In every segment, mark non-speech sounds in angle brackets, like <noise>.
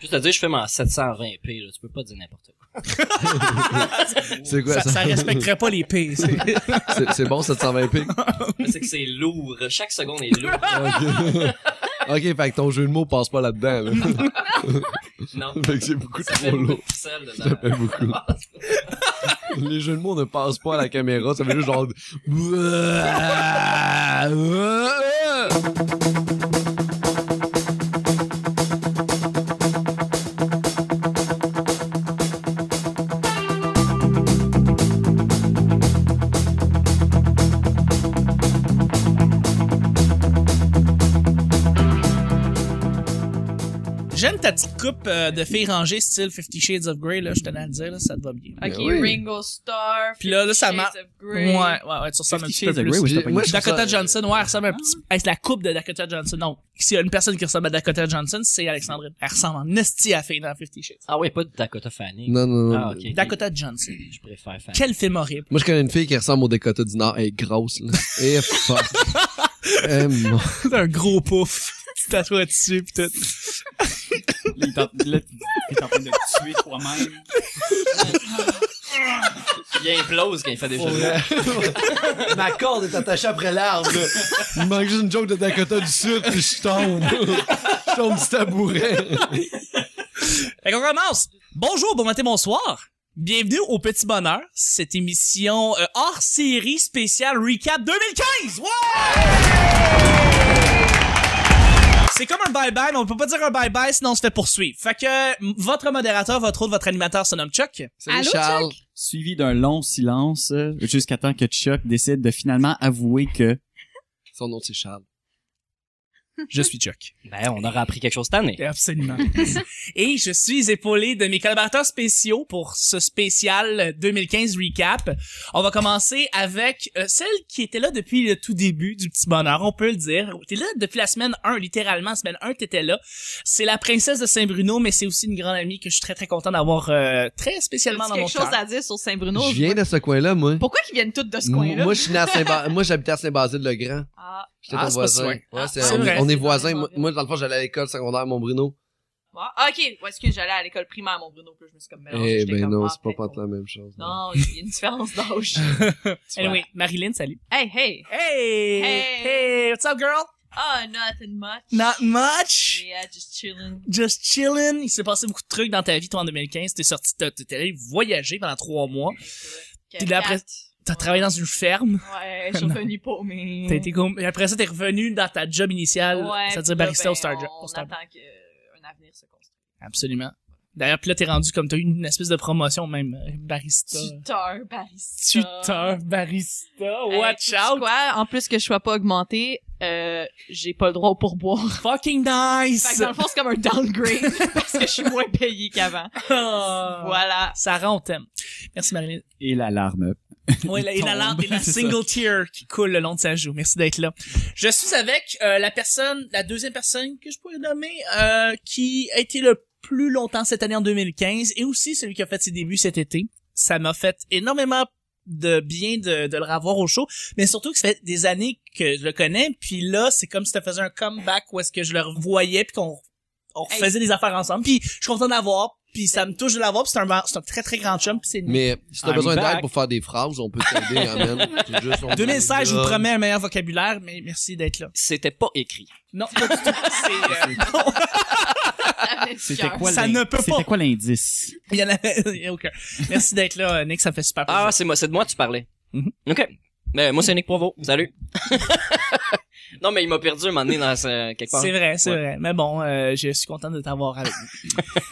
Juste à dire, je filme en 720p, là. Tu peux pas dire n'importe quoi. C'est quoi Ça, ça? ça respecterait <laughs> pas les pays. C'est- C'est bon 720p? Mais c'est que c'est lourd. Chaque seconde est <laughs> lourde. Ok. ok, fait que ton jeu de mots passe pas là-dedans. <laughs> Là. Non. fait que c'est beaucoup Ça fait trop beaucoup lourd. de pixels dedans. Ça fait beaucoup. Les jeux de mots ne passent pas à la caméra, ça fait juste genre... J'aime ta petite coupe euh, de filles rangées style Fifty Shades of Grey, là, je tenais à le dire, là, ça te va bien. Ben Ok, oui. Ringo Starr. Puis là, là, ça Fifty mar- Shades of Grey. Ouais, ouais, ouais, tu ressembles un petit peu plus. Moi, je trouve Dakota ça- euh, Johnson, ouais, elle ressemble un petit... Hey, c'est la coupe de Dakota Johnson. Non, s'il y a une personne qui ressemble à Dakota Johnson, c'est Alexandrine. Elle ressemble en esti à Faye dans Fifty Shades. Ah ouais, pas de Dakota Fanning. Non, non, non. Ah, ok. Dakota Johnson. Je préfère Fanning. Quel film horrible. <laughs> Moi, je connais une fille qui ressemble au Dakota du Nord. Elle est grosse, là. Et <laughs> fuck. Eh, mon- C'est un gros pouf. <laughs> Tu tatoues dessus pis tout. Il est en, là, il est en train de te tuer toi-même. Il implose quand il fait des jeux de mots. Ma corde est attachée après l'arbre. là. Il manque juste une joke de Dakota du Sud, puis je tombe. Je tombe du tabouret. Fait qu'on commence. Bonjour, bon matin, bonsoir. Bienvenue au Petit Bonheur, cette émission euh, hors série spéciale Recap 2015. Ouais! C'est comme un bye-bye, mais on peut pas dire un bye-bye sinon on se fait poursuivre. Fait que m- votre modérateur, votre autre, votre animateur se nomme Chuck. Salut, Allô, Charles. Suivi d'un long silence, euh, jusqu'à temps que Chuck décide de finalement avouer que Son nom, c'est Charles. Je suis Chuck. Ben, on aura appris quelque chose cette année. Absolument. Et je suis épaulé de mes collaborateurs spéciaux pour ce spécial 2015 recap. On va commencer avec euh, celle qui était là depuis le tout début du petit bonheur, on peut le dire. T'es là depuis la semaine 1, littéralement, semaine 1, t'étais là. C'est la princesse de Saint-Bruno, mais c'est aussi une grande amie que je suis très très content d'avoir euh, très spécialement As-tu dans mon quelque chose cœur. à dire sur Saint-Bruno. Je viens de ce coin-là, moi. Pourquoi qu'ils viennent tous de ce coin-là? Moi, je suis né à Saint-Ba- moi, j'habitais à Saint-Basile-le-Grand. Ah, J'étais Ah, ton c'est pas si voisin. loin. Ouais, c'est, c'est on, vrai. on est C'est voisins. dans Moi, les moi, dans le fond, j'allais à l'école secondaire à Montbrino. bon. Ah, ok. Ouais, excuse, j'allais à l'école primaire à Montbruno, puis je me suis comme mélangée. Eh J'étais ben comme, non, ah, c'est pas peut-être pas la même chose. hein. qu'on- Non, il y a <laughs> une différence d'âge. Tu vois. Anyway, Marilyn, salut. Hey, hey. Hey! Hey! What's up, girl? Ah, nothing much. Not much! Yeah, just chilling. Just chillin'. Il s'est passé beaucoup de trucs dans ta vie, toi, en 2015. T'es sorti, t'as- t'es allé voyager pendant trois mois. Puis là, après- T'as travaillé dans une ferme. Ouais, <laughs> je suis revenue paumée. T'as été comme- et après ça, t'es revenu dans ta job initiale. Mm. Ouais, C'est-à-dire puis là, barista ben, au Star Job. On attend qu'un avenir se construise. Absolument. D'ailleurs, puis là, t'es rendu comme t'as eu une espèce de promotion même. euh, Barista. Tuteur, barista. Tuteur, barista, Hey, watch sais-tu out. Quoi? En plus que je sois pas augmenté, euh, j'ai pas le droit au pourboire. Fucking Fait que nice! dans le fond, c'est comme un <laughs> downgrade parce que je suis moins payé qu'avant. Euh. <laughs> Ah. <laughs> Voilà. Ça rend au thème. Merci, Marilyn. et l'alarme. Ouais, la- et la, lampe tombe. et la <laughs> C'est ça. single tear qui coule le long de sa joue. Merci d'être là. Je suis avec euh, la personne, la deuxième personne que je pourrais nommer, euh, qui a été le plus longtemps cette année en 2015 et aussi celui qui a fait ses débuts cet été. Ça m'a fait énormément de bien de, de le revoir au show, mais surtout que ça fait des années que je le connais, puis là, c'est comme si ça faisait un comeback où est-ce que je le revoyais, puis qu'on on Hey. faisait des affaires ensemble, puis je suis content d'avoir, puis ça me touche de l'avoir, puis c'est un, c'est un très très grand chum, puis c'est Mais si t'as I'm besoin d'aide back. pour faire des phrases, on peut t'aider, hein, amen. C'est juste, <laughs> on- 2016, je vous promets un meilleur vocabulaire, mais merci d'être là. C'était pas écrit. Non, pas du <laughs> tout. C'est, euh, C'était quoi Ça l'in- ne peut pas. C'était quoi l'indice? <laughs> il y en avait- il y en a aucun. Merci d'être là, euh, Nick, ça me fait super plaisir. Ah, c'est moi, c'est de moi que tu parlais. Mm-hmm. Mhm. OK. Ben, moi, c'est Nick Provo. Salut. <laughs> non, mais il m'a perdu un moment donné dans ce- quelque part. c'est vrai, c'est Ouais. vrai. Mais bon, euh, je suis content de t'avoir avec nous.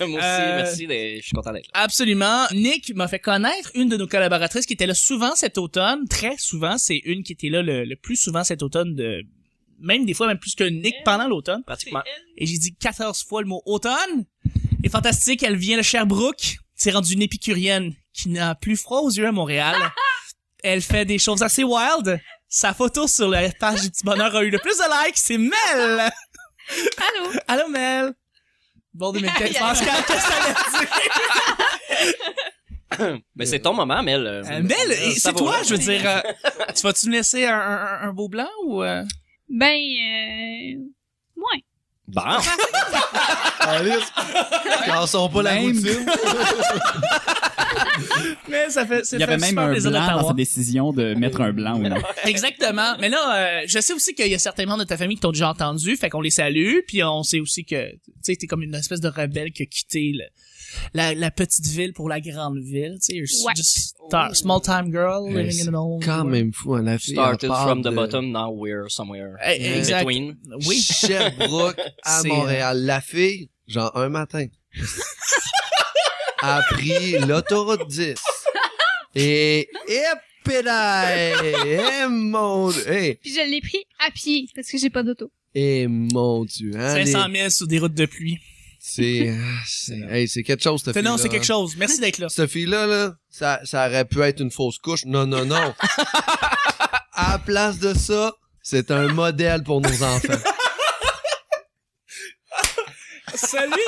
<laughs> moi aussi, Euh, merci. de- Je suis content d'être là. <laughs> Absolument. Nick m'a fait connaître une de nos collaboratrices qui était là souvent cet automne, très souvent. C'est une qui était là le, le plus souvent cet automne de, même des fois même plus que Nick pendant l'automne. Pratiquement. Et j'ai dit 14 fois le mot automne. Et fantastique, elle vient de Sherbrooke. C'est rendu une épicurienne qui n'a plus froid aux yeux à <laughs> Montréal. elle fait des choses assez wild. Sa photo sur la page du petit bonheur a eu le plus de likes. C'est Mel! Allô? Allô, Mel! <laughs> Bon 2015. Aïe, aïe, Pascal, qu'est-ce que ça veut dire? Mais c'est ton moment, Mel. Euh, Euh, Mel, euh, et ça c'est va, toi, là. je veux dire. euh, tu vas-tu me laisser un, un- un beau blanc ou... euh? Ben, euh... Ouais. Bon. Alice, quand sont pas la Même- routine. Mais ça fait, c'est Il y avait fait même super un plaisir de blanc dans t'avoir. sa décision de mettre un blanc <laughs> ou non. Exactement. Mais là, euh, je sais aussi qu'il y a certains membres de ta famille qui t'ont déjà entendu, fait qu'on les salue, puis on sait aussi que tu sais t'es comme une espèce de rebelle qui a quitté le- la, la petite ville pour la grande ville. Tu sais, you're Ouais. just a small time girl Mais living in an old Oh. Quand world. même fou, hein, en affaire. Started from the bottom, now we're somewhere Eh, in exact. between. Oui. Sherbrooke à C'est, euh, Montréal. La fille, genre un matin, a pris l'autoroute 10. Et, et pédale! Et mon dieu! Et, Puis je l'ai pris à pied parce que j'ai pas d'auto. et mon dieu! hein, les- 500 000 sur des routes de pluie. C'est, ah, c'est, hey, c'est quelque chose, cette C'est- fille-là. Non, c'est quelque hein. chose. Merci d'être là. Cette fille-là, là, ça, ça aurait pu être une fausse couche. Non, non, <laughs> non. à la place de ça, c'est un modèle pour nos enfants. Celui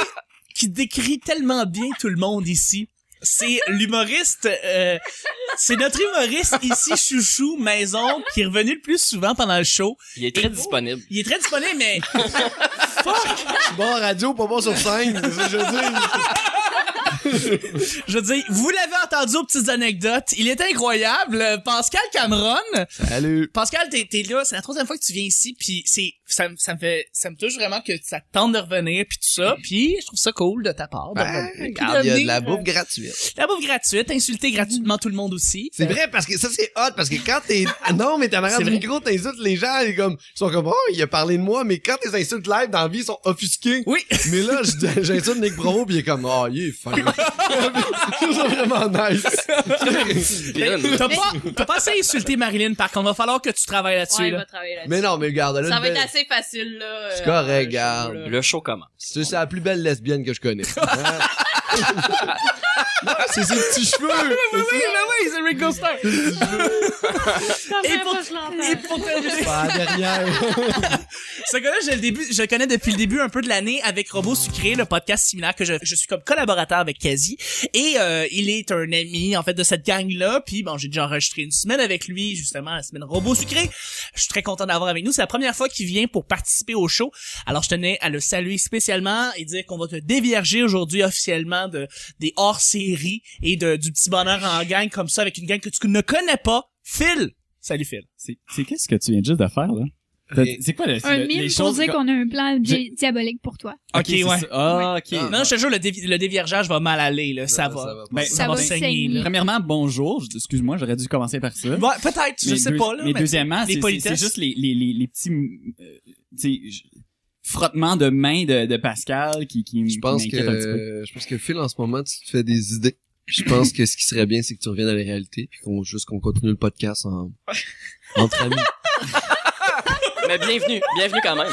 qui décrit tellement bien tout le monde ici, c'est l'humoriste, euh, c'est notre humoriste ici, Chouchou Maison, qui est revenu le plus souvent pendant le show. Il est très disponible. Il est très disponible, mais Je suis bon en radio, pas bon sur scène. c'est ça que je veux dire. je veux dire, vous l'avez entendu aux petites anecdotes. Il est incroyable. Euh, Pascal Cameron. Salut. Pascal, t'es, t'es là. C'est la troisième fois que tu viens ici. Puis c'est, ça, me- ça me fait, ça me touche vraiment que ça te tente de revenir. Puis tout ça. Puis je trouve ça cool de ta part. Ah, de Ben, revenir, puis regarde, il y a de la venir, euh, bouffe gratuite. La bouffe gratuite, insulter gratuitement tout le monde aussi. C'est vrai, parce que ça, c'est hot, parce que quand <laughs> t'es, Ah non, mais t'es en arrière C'est du vrai. micro, t'insultes les gens, ils comme, ils sont comme, oh, il a parlé de moi, mais quand tes insultes live dans la vie, ils sont offusqués. Oui. Mais là, je- j'insulte Nick Bravo, pis il est comme, oh, il est fin. <laughs> c'est vraiment nice. Puis là, nous- T'as pas, t'as pas assez insulté Marilyn, par contre. Va falloir que tu travailles là-dessus, Ouais, il là. va travailler là-dessus. mais non, mais regarde, là, Ça une va être belle- assez facile, là. C'est euh, correct, dans le show, regarde. là. le show commence. Tu sais, c'est la plus belle lesbienne que je connais. <laughs> Hein? Non, c'est ses petits <laughs> cheveux. Oui, oui, oui, c'est Ringo <laughs> Starr. Ça fait Et pour- pas que je l'entends. Et pour terminer, Pas la dernière. ce gars-là, je le, début, je le connais depuis le début un peu de l'année avec Robot Sucré, le podcast similaire que je, je suis comme collaborateur avec Kazi. Et euh, il est un ami, en fait, de cette gang-là. Puis, bon, j'ai déjà enregistré une semaine avec lui, justement, la semaine Robot Sucré. Je suis très content d'avoir avec nous. C'est la première fois qu'il vient pour participer au show. Alors, je tenais à le saluer spécialement et dire qu'on va te dévierger aujourd'hui officiellement de des hors-séries et de, du petit bonheur en gang comme ça avec une gang que tu ne connais pas. Phil! Salut Phil. C'est c'est qu'est-ce que tu viens juste de faire, là? T'as- Et- C'est quoi le, Un le- les mime pour choses... dire qu'on a un plan J'ai- di- diabolique pour toi. Ok, c'est ouais. ça. Ah, ok. Ah. Non, je te jure, le, dévi- le déviergeage va mal aller, là. Ça, Non, va. ça va pas. Ben, Ça bon, va ben, saigner. là. Premièrement, bonjour. Je- Excuse-moi, j'aurais dû commencer par ça. Ouais, peut-être, je Mais sais deux- pas, là. Mais, deuxièmement, les c'est- c'est politesses. c'est juste les, les, les, les petits euh, tu sais, je- frottements de mains de, de Pascal qui, qui, Je qui pense m'inquiètent un petit peu. que, je pense que Phil, en ce moment, tu te fais des idées. Je pense que ce qui serait bien, c'est que tu reviennes à la réalité, puis qu'on juste qu'on continue le podcast <laughs> en, entre amis. Mais bienvenue, bienvenue quand même.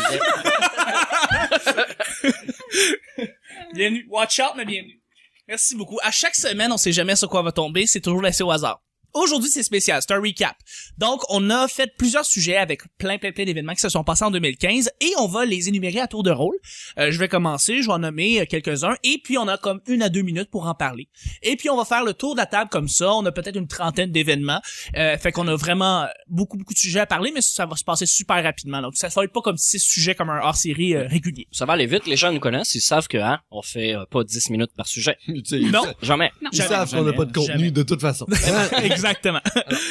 Bienvenue. Watch out, mais bienvenue. Merci beaucoup. À chaque semaine, on sait jamais sur quoi va tomber. C'est toujours laissé au hasard. Aujourd'hui, c'est spécial. C'est un recap. Donc, on a fait plusieurs sujets avec plein, plein, plein d'événements qui se sont passés en 2015 et on va les énumérer à tour de rôle. Euh, je vais commencer, je vais en nommer euh, quelques-uns et puis on a comme une à deux minutes pour en parler. Et puis, on va faire le tour de la table comme ça. On a peut-être une trentaine d'événements. Euh, fait qu'on a vraiment beaucoup, beaucoup de sujets à parler, mais ça va se passer super rapidement. Donc, ça ne va être pas comme six sujets comme un hors-série euh, régulier. Ça va aller vite, les gens nous connaissent, ils savent que hein, on fait euh, pas 10 minutes par sujet. Tu sais, Non. Jamais. Ils Jamais, savent qu'on n'a jamais, pas de contenu jamais. de toute façon. <laughs> Exactement.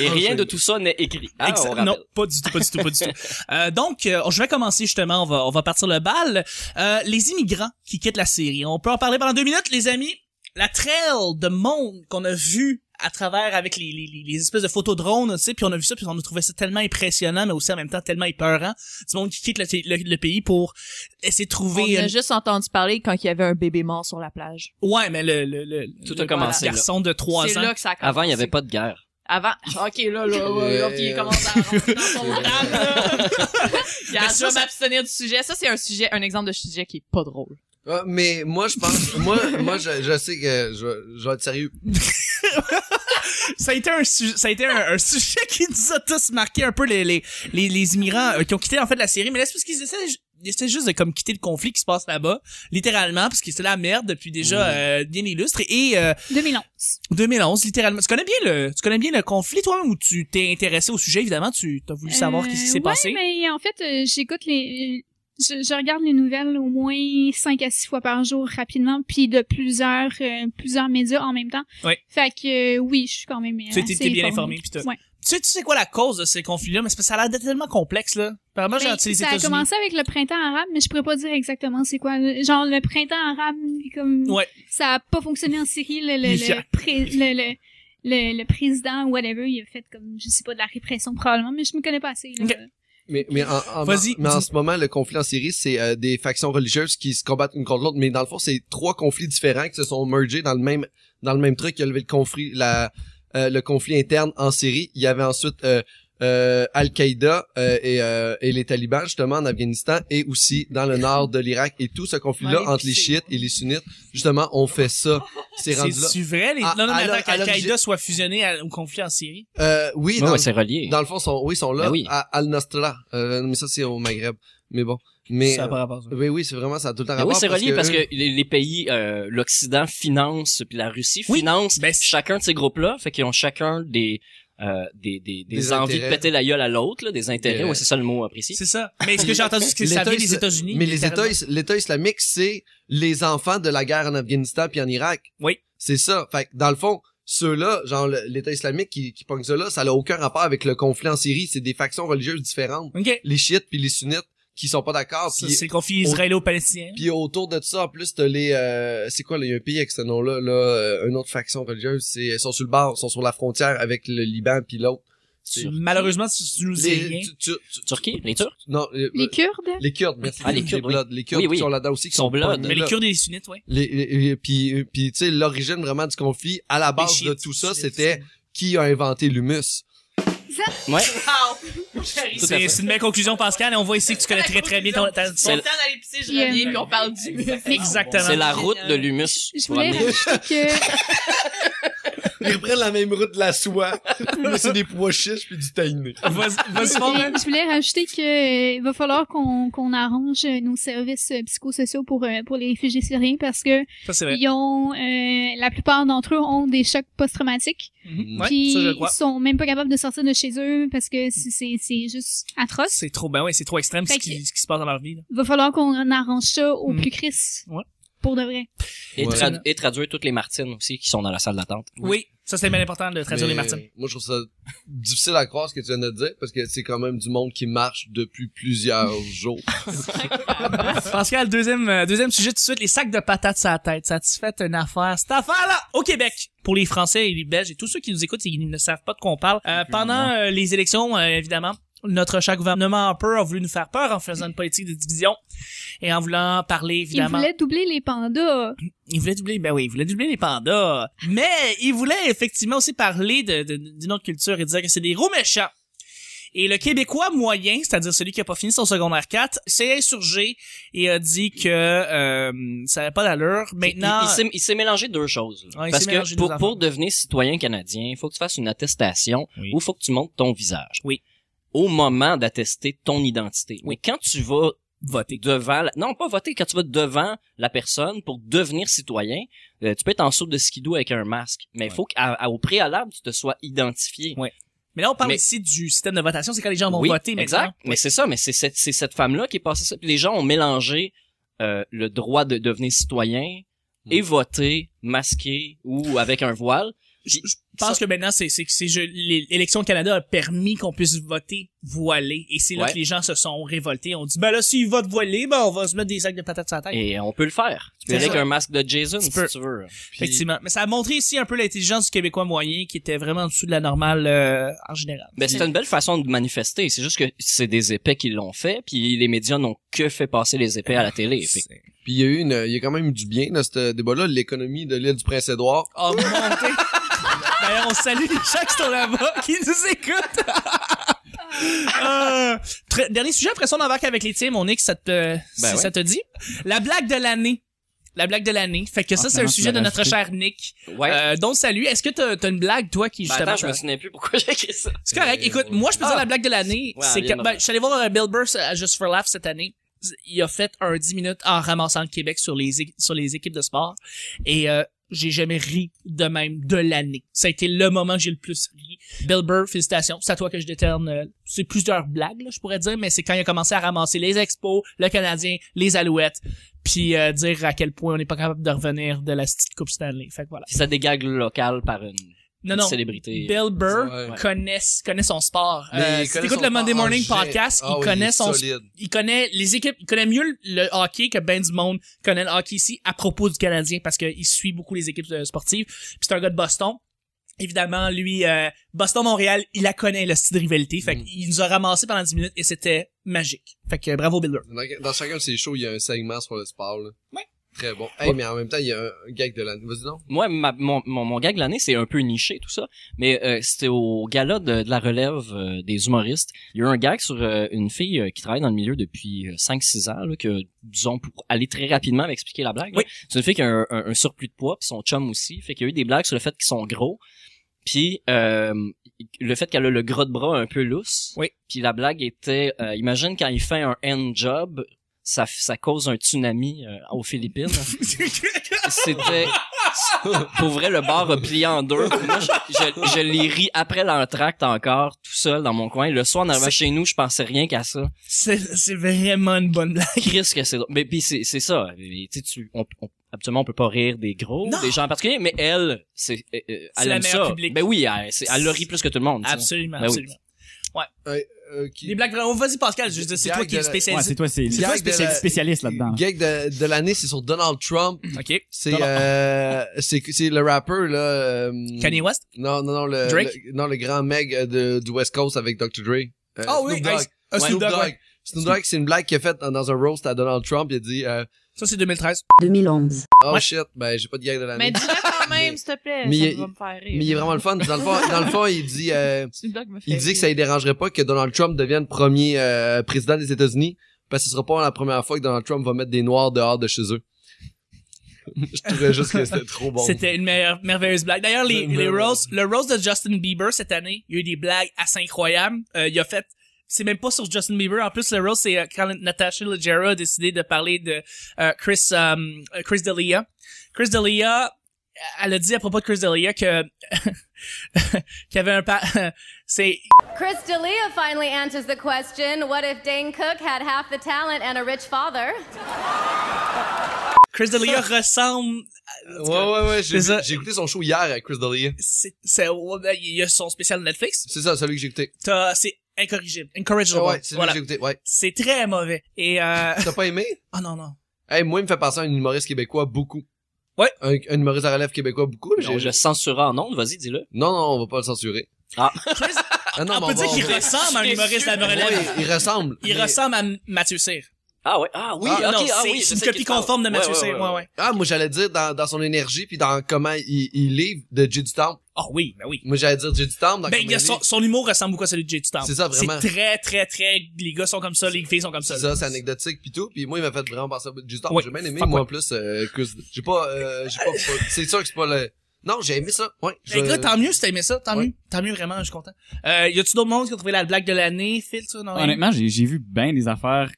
Et rien de tout ça n'est écrit. hein, Exa- on rappelle. non, pas du tout, pas du tout, pas du tout. <laughs> Euh, donc, euh, je vais commencer justement, on va, on va partir le bal. Euh, les immigrants qui quittent la Syrie. On peut en parler pendant deux minutes, les amis. La trail de monde qu'on a vu à travers avec les, les, les- les espèces de photos drones, tu sais, puis on a vu ça, puis on a trouvé ça tellement impressionnant, mais aussi en même temps tellement épeurant. Du monde qui quitte le, le- le pays pour essayer de On trouver... a une- juste entendu parler quand il y avait un bébé mort sur la plage. Ouais, mais le, le, le, Tout a le commencé, là. garçon de trois C'est ans. là que ça a commencé. Avant, il y avait pas de guerre. Avant. <laughs> Ok, là, là, ouais, Euh, ok, il commence à rentrer dans son drame, <laughs> là. Regarde, ça, je vais ça- m'abstenir du sujet. Ça, c'est un sujet, un exemple de sujet qui est pas drôle. Ah, mais moi, je pense, moi, moi, je, je sais que je, vais- je vais être sérieux. ça a été un su- ça a été un, un sujet <laughs> qui nous a tous marqué un peu les les les, les immigrants euh, qui ont quitté en fait la Syrie mais là c'est parce qu'ils essaient ils essaient juste de comme quitter le conflit qui se passe là-bas littéralement parce que c'est la merde depuis déjà euh, bien illustre et euh, 2011. 2011 littéralement tu connais bien le tu connais bien le conflit toi ou tu t'es intéressé au sujet évidemment tu as voulu savoir Euh, qu'est-ce qui s'est ouais, passé mais en fait, euh, j'écoute les Je, je regarde les nouvelles au moins 5 à 6 fois par jour rapidement, puis de plusieurs euh, plusieurs médias en même temps. Ouais. Fait que euh, oui, je suis quand même. euh, Tu sais, t'es- assez t'es bien informé, puis t'as- Ouais. Tu sais, tu sais quoi la cause de ces conflits-là, mais c'est parce que ça a l'air d'être tellement complexe, là. Apparemment, j'ai Ben, entendu les ça a États-Unis. commencé avec le printemps arabe, mais je pourrais pas dire exactement c'est quoi. Genre le printemps arabe, comme Ouais. ça a pas fonctionné en Syrie, le le, Yeah. le, pré- le, le, le- le président whatever, il a fait comme je sais pas de la répression probablement, mais je me connais pas assez. là. Ok. Mais, mais en, en- Vas-y, mais en dis. ce moment, le conflit en Syrie, c'est euh, des factions religieuses qui se combattent une contre l'autre. Mais dans le fond, c'est trois conflits différents qui se sont mergés dans le même dans le même truc. Il y a le conflit, la, euh, le conflit interne en Syrie. Il y avait ensuite euh, euh, Al-Qaïda euh, et, euh, et les talibans, justement, en Afghanistan et aussi dans le nord de l'Irak. Et tout ce conflit-là Ouais, entre les c'est- chiites et les sunnites, justement, on fait ça. C'est rendu là. Ah, C'est-tu vrai, les... À- non, non, mais à l'o- attends à qu'Al-Qaïda l'origine- soit fusionné à- au conflit en Syrie. Euh, oui, Ouais, dans ouais, le c'est relié. Dans le fond, sont, oui, ils sont là, Ben oui. à Al-Nostra. Euh, mais ça, c'est au Maghreb. Mais bon. Mais, euh, Ça a pas rapport à ça. oui, oui, c'est vraiment, ça a tout le temps Ben oui, rapport. c'est relié parce que, eux- les, les pays, euh, l'Occident finance, puis la Russie Oui, finance ben, c'est- chacun de ces groupes-là, fait qu'ils ont chacun des, euh, des, des, des, Des envies de intérêts. péter la gueule à l'autre, là, des intérêts, Des- ouais, c'est ça le mot euh, précis. C'est ça. Mais ce que j'ai entendu, <laughs> c'est que ça L'État vient des isla- États-Unis. Mais les littéralement. États, is- l'État islamique, c'est les enfants de la guerre en Afghanistan puis en Irak. Oui. C'est ça. Fait que, dans le fond, ceux-là, genre, le- l'État islamique qui, qui pogne ça là, ça n'a aucun rapport avec le conflit en Syrie. C'est des factions religieuses différentes. OK. Les chiites puis les sunnites qui sont pas d'accord. Ça, Puis, C'est le conflit on- israélo-palestinien. puis autour de ça, en plus, t'as les, euh, c'est quoi, là, il y a un pays avec ce nom-là, là, euh, une autre faction religieuse, c'est, ils sont sur le bord, ils sont sur la frontière avec le Liban puis l'autre. Sur- Malheureusement, tu tu nous dis Les- rien. tu- tu- tu- Turquie, les Turcs. non, les, Les Kurdes, les Kurdes, merci. Ah, les Kurdes, oui. Bloods, les Kurdes Oui, oui. qui sont là-dedans aussi, qui Sont sont Bloods. pognés Mais les là. Kurdes et les sunnites, ouais. Les- les- les- puis, euh, puis tu sais, l'origine vraiment du conflit, à la base de Les chiites, tout ça, les c'était qui a inventé l'humus. Ouais. Tout à C'est fait. c'est une belle conclusion, Pascal, et on voit ici que tu connais très très bien ton... ta- ton- C'est- temps d'aller pisser, je Yeah. reviens, puis on parle du mur. Exactement. C'est la route de l'humus. je pour voulais amener- rajouter que Ils reprennent la même route de la <laughs> soie, mais c'est des pois chiches puis du tahiné. <laughs> Vas-y, vas-y, Fond, là. Et je voulais rajouter que euh, va falloir qu'on qu'on arrange euh, nos services euh, psychosociaux pour euh, pour les réfugiés syriens parce que Ça, c'est vrai. ils ont euh, la plupart d'entre eux ont des chocs post-traumatiques Mm-hmm. Mhm. Ouais, puis ça, je le ils crois. sont même pas capables de sortir de chez eux parce que c'est- c'est c'est juste atroce. C'est trop, ben ouais, c'est trop extrême ce Fait qui, ce qui se passe dans leur vie, là. Va falloir qu'on arrange ça au Mm. plus crisse. Ouais. Pour de vrai. Et, Ouais. trad- et traduire toutes les martines aussi qui sont dans la salle d'attente. Oui. Ça, c'est bien important de traduire les Martins. Moi, je trouve ça difficile à croire ce que tu viens de dire, parce que c'est quand même du monde qui marche depuis <laughs> plusieurs jours. Pascal, deuxième, euh, deuxième sujet tout de suite, les sacs de patates sur la tête. Ça te fait une affaire. Cette affaire-là, au Québec, pour les Français et les Belges et tous ceux qui nous écoutent et qui ne savent pas de quoi on parle, euh, pendant euh, les élections, euh, évidemment, notre cher gouvernement un peu a voulu nous faire peur en faisant une politique de division et en voulant parler, évidemment. Ils voulaient doubler les pandas. Il voulait doubler, ben oui, il voulait doubler les pandas. Mais il voulait effectivement aussi parler de, de- d'une autre culture et dire que c'est des gros méchants. Et le Québécois moyen, c'est-à-dire celui qui a pas fini son secondaire 4, s'est insurgé et a dit que euh, ça n'avait pas d'allure. Maintenant, Il, il s'est- il s'est mélangé deux choses. là. Ouais, il Parce s'est mélangé que deux pour, affaires. pour devenir citoyen canadien, il faut que tu fasses une attestation Oui. ou il faut que tu montes ton visage. Oui. Au moment d'attester ton identité. Mais quand tu vas voter. devant la- non pas voter quand tu vas devant la personne pour devenir citoyen euh, tu peux être en saut de skidoo avec un masque mais il faut qu'au préalable tu te sois identifié Ouais. Mais là, on parle Mais- ici du système de votation, c'est quand les gens vont oui voter. exact maintenant. mais c'est ça mais c'est cette c'est cette femme là qui est passée ça Puis les gens ont mélangé euh, le droit de devenir citoyen et voter masqué ou avec un voile Je, je pense que maintenant, c'est, c'est, c'est, je- l'é- l'élection au Canada a permis qu'on puisse voter voilé. Et c'est là Ouais. que les gens se sont révoltés. On dit, ben là, s'ils votent voilé, ben on va se mettre des sacs de patates sur la tête. et on peut le faire tu peux C'est avec ça. un masque de Jason Tu si peux. tu veux Puis- Effectivement. Mais ça a montré ici un peu l'intelligence du Québécois moyen qui était vraiment en dessous de la normale euh, en général. Ben, c'est une belle façon de manifester. C'est juste que c'est des épais qui l'ont fait, puis les médias n'ont que fait passer les épais à la télé. Fait que- Puis il y a eu une, il y a quand même eu du bien dans ce débat-là, l'économie de l'île du Prince-Édouard. Oh, mon Dieu. <laughs> D'ailleurs, on salue les gens qui sont là-bas, qui nous <laughs> écoutent. Euh, très- dernier sujet, après ça, on embarque avec les tiens, mon Nick, ça te, si Ben ouais. ça te dit. La blague de l'année. La blague de l'année. Fait que ça, c'est Ah, un finalement, tu sujet de l'as notre rajouté. cher Nick. Ouais. Euh, donc, salut. Est-ce que t'as, t'as une blague, toi, qui, Ben justement... euh, attends, je me souviens plus pourquoi j'ai écrit ça. C'est correct. Écoute, moi, je peux dire Ah. la blague de l'année. Ouais, c'est bien que, ben, je suis allé voir euh, Bill Burr à Just for Laugh cette année. Il a fait un 10 minutes en ramassant le Québec sur les, é- sur les équipes de sport. Et euh, j'ai jamais ri de même de l'année. Ça a été le moment que j'ai le plus ri. Bill Burr, félicitations. C'est à toi que je déterne. euh, C'est plusieurs blagues, là, je pourrais dire, mais c'est quand il a commencé à ramasser les expos, le Canadien, les Alouettes, puis euh, dire à quel point on n'est pas capable de revenir de la petite Coupe Stanley. Fait que voilà. C'est ça des gags locales par une, une Non, non. célébrité. Bill Burr Ouais. connaît, connaît son sport. Mais Euh, il si connaît t'écoutes son le Monday sport en Morning jet. Podcast, Ah il oui, connaît est son solide. il connaît les équipes, il connaît mieux le hockey que ben du monde connaît le hockey ici à propos du Canadien parce qu'il suit beaucoup les équipes euh, sportives. Puis c'est un gars de Boston. Évidemment, lui, euh, Boston-Montréal, il la connaît, le style de rivalité. Fait Mm. qu'il nous a ramassé pendant 10 minutes et c'était magique. Fait que euh, bravo, Bill Burr. <laughs> Dans, dans chacun de ces shows, il y a un segment sur le sport. Là. Ouais. Très bon. Hey, mais en même temps, il y a un un gag de l'année. Vas-y donc. Moi, ma- mon, mon, mon gag de l'année, c'est un peu niché, tout ça. Mais euh, c'était au gala de, de la relève euh, des humoristes. Il y a eu un gag sur euh, une fille euh, qui travaille dans le milieu depuis euh, 5-6 ans, là, que, disons, pour aller très rapidement m'expliquer la blague, là, Oui. c'est une fille qui a un, un- un surplus de poids, puis son chum aussi. Fait qu'il y a eu des blagues sur le fait qu'ils sont gros. Puis euh, le fait qu'elle a le gras de bras un peu lousse. Oui. Puis la blague était, euh, imagine quand il fait un end job, ça, ça cause un tsunami euh, aux Philippines c'était <laughs> pour vrai le bar a plié en deux moi je, je, je l'ai ri après l'entracte encore tout seul dans mon coin le soir en arrivant C'est- chez nous je pensais rien qu'à ça c'est c'est vraiment une bonne blague. Chris que c'est drôle. mais puis c'est c'est ça Mais, tu sais, tu- on, on habituellement on peut pas rire des gros Non. des gens en particulier mais elle c'est euh, euh, C'est elle la aime meilleure ça publique. ben oui elle, c'est- elle le rit plus que tout le monde tu sais. Absolument, Ben oui. absolument. Euh, qui- Les blagues vraiment... Vas-y, Pascal, je veux dire, c'est Gag toi qui de es la- Ouais, c'est spécialisé. toi, c'est Gag c'est toi de spécialiste, la- spécialiste là-dedans. Gag de, de l'année, c'est sur Donald Trump. OK. C'est Donald- euh, c'est c'est le rappeur là. euh, Kanye West? Non non non le, Drake? le- non le grand meg euh, de du West Coast avec Dr Dre. Euh, Ah oui, Snoop Dogg. hey, Ah, Ouais, Snoop Dogg, ouais. Snoop Dogg, c'est une blague qu'il a faite dans- dans un roast à Donald Trump. Il a dit euh, Ça, c'est 2013. 2011. Oh Ouais. shit, ben j'ai pas de gag de l'année. <laughs> Mais dis-le quand même, s'il te plaît. mais ça il- va me faire rire. Mais il est vraiment le fun. Dans le fond, dans le fond il dit euh, C'est une blague qui me fait il dit rire. que ça ne dérangerait pas que Donald Trump devienne premier euh, président des États-Unis parce que ce sera pas la première fois que Donald Trump va mettre des noirs dehors de chez eux. <laughs> Je trouvais juste que c'était trop bon. C'était une meilleure- merveilleuse blague. D'ailleurs, les, Le- les le- roasts- le roast de Justin Bieber cette année, il y a eu des blagues assez incroyables. Euh, il a fait, c'est même pas sur Justin Bieber. En plus, le roast, c'est euh, quand Natasha Leggera a décidé de parler de euh, Chris, euh, euh, Chris D'Elia. Chris D'Elia, elle a dit à propos de Chris D'Elia que, <laughs> qu'il y avait un pa- <laughs> c'est, Chris D'Elia finally answers the question What if Dane Cook had half the talent and a rich father? <laughs> Chris D'Elia ressemble Ouais ouais ouais, j'ai C'est ça. j'ai écouté son show hier à Chris D'Elia. c'est, c'est- il y a son spécial Netflix. C'est ça, celui que j'ai écouté. T'as- c'est incorrigible. Ah Incorrigible. ouais, c'est celui voilà. que j'ai écouté. Ouais. C'est très mauvais. Et, euh, <laughs> T'as pas aimé oh non, non. Hey, moi, il me fait penser à un humoriste québécois beaucoup. Ouais. Un, un humoriste à relève québécois beaucoup. on j'ai- le censurera en ondes vas-y dis-le Non, non, on va pas le censurer. Ah. Chris- Ah <laughs> non, on mais peut va- dire qu'il va- ressemble à un humoriste à la relève. Ouais, il ressemble. Il Mais- ressemble à M- Mathieu Cyr. ah ouais ah oui Ah, ok, non, ah c'est oui, je c'est une sais de copie qui tu parles. conforme de Ouais, Mathieu ouais, Cyr. ouais, Ouais, ouais. ouais. Ah, moi, j'allais dire dans, dans son énergie puis dans comment il, il livre de J. Du Temple. Oh oui, ben oui. Moi, j'allais dire J. Du Temple dans Ben, il y a Comédie. son, son humour ressemble beaucoup à celui de Jay Dutam. C'est ça, vraiment. C'est très, très, très, les gars sont comme ça, les filles sont comme ça. C'est ça, c'est anecdotique puis tout. Puis moi, il m'a fait vraiment penser à J. Du Temple. Ouais. J'ai bien aimé, Fuck moi, ouais. en plus, euh, Chris. J'ai pas, euh, j'ai pas, pas- c'est sûr que c'est pas le... Non, j'ai aimé ça. Ouais. Fait que là, Je- Eh, tant mieux si t'as aimé ça, tant Ouais. mieux, tant mieux vraiment, je suis content. Euh, y a-tu d'autres monde qui ont trouvé la blague de l'année, Phil, ça, non? Honnêtement, j'ai j'ai vu bien des affaires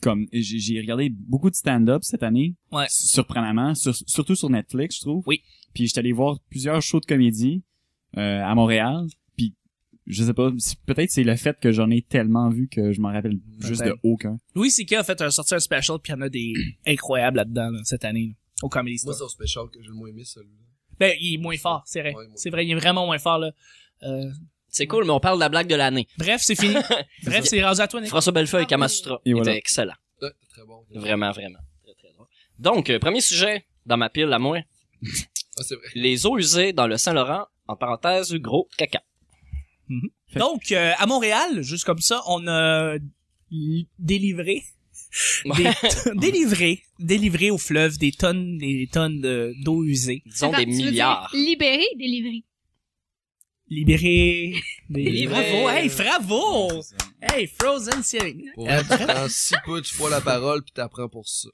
comme j'ai j'ai regardé beaucoup de stand-up cette année, Ouais. surprenamment, sur- surtout sur Netflix, je trouve. Oui. Puis j'étais allé voir plusieurs shows de comédie euh, à Montréal, puis je sais pas, c'est- peut-être c'est le fait que j'en ai tellement vu que je m'en rappelle juste de Peut-être. aucun. Louis C.K. a fait un, sorti un special puis il y en a des <clears throat> incroyables là-dedans, là, cette année, là, au Comedy Moi, Store. c'est au special que j'ai le moins aimé, celui-là. Ben, il est moins fort, c'est vrai. Ouais, moi. c'est vrai, il est vraiment moins fort, là. Euh, c'est cool mais on parle de la blague de l'année bref, c'est fini. bref, c'est rendu à toi, Nick. François Bellefeuille Kamasutra Et voilà. était excellent Ouais, c'est très bon. Vraiment, vraiment. Très, très drôle. Donc, euh, premier sujet dans ma pile à moi. Ah, c'est vrai. Les eaux usées dans le Saint-Laurent, en parenthèse, gros caca. Fait- Donc, euh, à Montréal, juste comme ça, on a l- délivré, <laughs> des- <laughs> délivré, délivré au fleuve des tonnes, des tonnes de- d'eau usée, Disons des Attends, <laughs> tu veux dire milliards. Libéré, délivré. libéré. des- Délivré. Bravo, hey, bravo! Hey, Frozen Series. Pour vrai, tu prends si peu de fois la parole puis t'apprends pour ça.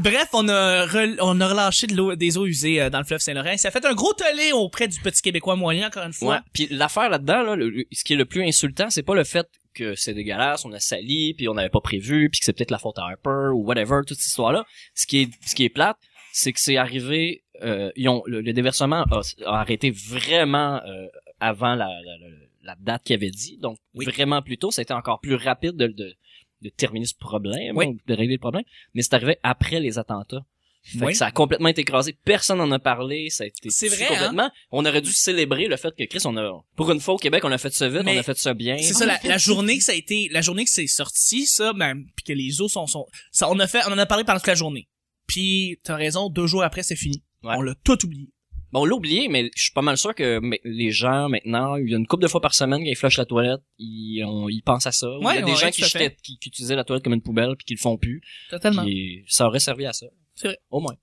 Bref, on a, rel- on a relâché de l'eau, des eaux usées euh, dans le fleuve Saint-Laurent. Ça a fait un gros tollé auprès du petit Québécois moyen, encore une fois. Ouais. Puis l'affaire là-dedans, là, le- le- ce qui est le plus insultant, c'est pas le fait que c'est dégueulasse, on a sali, puis on n'avait pas prévu, puis que c'est peut-être la faute à Harper ou whatever, toute cette histoire-là. Ce qui est, ce qui est plate, c'est que c'est arrivé, euh, ils ont, le, le déversement a, a arrêté vraiment euh, avant la, la, la- la date qu'il avait dit, donc vraiment plus tôt, ça a été encore plus rapide de, de, de terminer ce problème, Oui. hein, de régler le problème, mais c'est arrivé après les attentats. Fait Oui. que ça a complètement été écrasé. Personne n'en a parlé. Ça a été C'est tué vrai, hein? complètement. On aurait dû célébrer le fait que Chris, on a, pour une fois au Québec, on a fait ça vite, Mais on a fait ça bien. C'est ça, la, la journée que ça a été, la journée que c'est sorti, ça, ben, puis que les eaux sont, sont, ça, on a fait, on en a parlé pendant toute la journée. Puis, t'as raison, deux jours après, c'est fini. Ouais. On l'a tout oublié. Bon, on l'a oublié, mais je suis pas mal sûr que mais, les gens, maintenant, il y a une couple de fois par semaine, quand ils flushent la toilette, ils, on- ils pensent à ça. Ouais, il y a des ouais, gens tout qui, à fait. jetaient- qui, qui utilisaient la toilette comme une poubelle puis qui le font plus. Totalement. Puis euh, ça aurait servi à ça. C'est vrai. Au moins.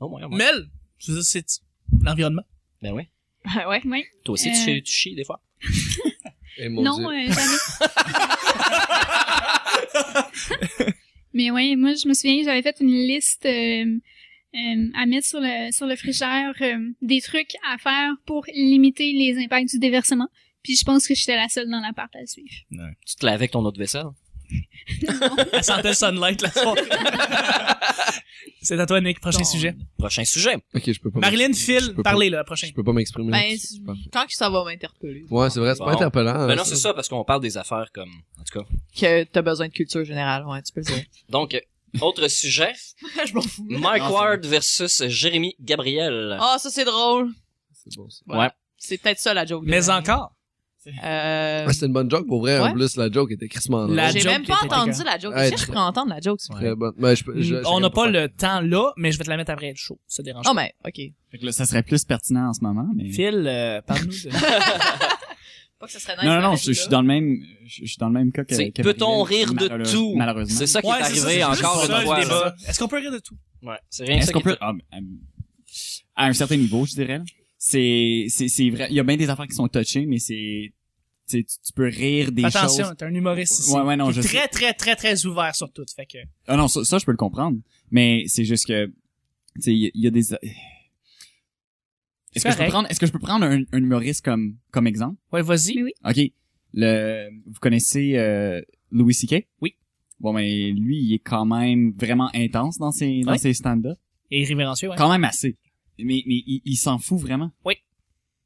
Au moins, au moins. Mel, je veux dire, c'est l'environnement. Ben oui. Ah ouais. Oui. Toi aussi, Euh. tu, fais- tu chies des fois. Eh, mon Non, Dieu. euh, <laughs> jamais. Mais ouais, moi, je me souviens, j'avais fait une liste euh, euh, à mettre sur le, sur le frigidaire euh, des trucs à faire pour limiter les impacts du déversement. Puis je pense que j'étais la seule dans l'appart à suivre. Tu te laves avec ton autre vaisselle. Elle sentait le sunlight, la soirée. c'est à toi, Nick, prochain Non. sujet. Prochain sujet. Ok, je peux pas. Marilyn, Phil, Je peux pas- parlez, là, prochain. Je peux pas m'exprimer. Ben, là-dessus. je- Parfait. quand que ça va m'interpeller? Ouais, c'est vrai, c'est pas Bon. interpellant. hein, Ben non, c'est ça, parce qu'on parle des affaires comme, en tout cas. Que t'as besoin de culture générale, ouais, tu peux le dire. <laughs> Donc, euh, autre sujet. <laughs> je m'en fous. Mike Non, c'est- Ward versus Jérémy Gabriel. Ah, ça c'est drôle. C'est bon, ça. voilà. C'est peut-être ça la joke. de Mais l'année. encore. Euh, Ouais, c'était une bonne joke pour vrai. En Ouais. plus, la joke était crissement La drôle. J'ai joke même qui pas était entendu la joke. Ouais, Je cherche très- pour entendre la joke, c'est vrai. Très bonne. Ben, je peux- je- Mm, on je- n'a pas je- le temps là, mais je vais te la mettre après le show. Ça dérange Oh, pas. ben, ok. Fait que là, ça serait plus pertinent en ce moment, mais... Phil, euh, <laughs> parle-nous de... Pas que ça serait nice. Non, non, mais non, là, je, je suis dans le même, je, je suis dans le même cas que. T'sais, que Peut-on Marielle, rire de malheureux- tout? Malheureusement. C'est ça qui Ouais, est c'est ça, arrivé c'est juste encore ça, une le fois. là. débat. Est-ce qu'on peut rire de tout? Ouais, c'est rien que Est-ce ça qu'on qui peut, est- ah, ben, euh, à un certain niveau, je dirais, là, c'est, c'est, c'est vrai. Il y a bien des affaires qui sont touchées, mais c'est, tu sais, tu tu peux rire des Attention, choses. t'es un humoriste ici. Ouais, ouais, non, Qui est je très, sais. très, très, très ouvert sur tout. Fait que, Ah non, ça, ça, je peux le comprendre. Mais c'est juste que, tu sais, il y a- il y, a des. Est-ce que, je peux correct. prendre, est-ce que je peux prendre un, un humoriste comme, comme exemple? ouais, vas-y. OK. Le, vous connaissez euh, Louis C.K.? Oui. Bon, ben, lui, il est quand même vraiment intense dans ses, dans Ouais. ses stand-up. Et révérencieux, ouais. Quand même assez. Mais, mais il, il s'en fout vraiment. Oui.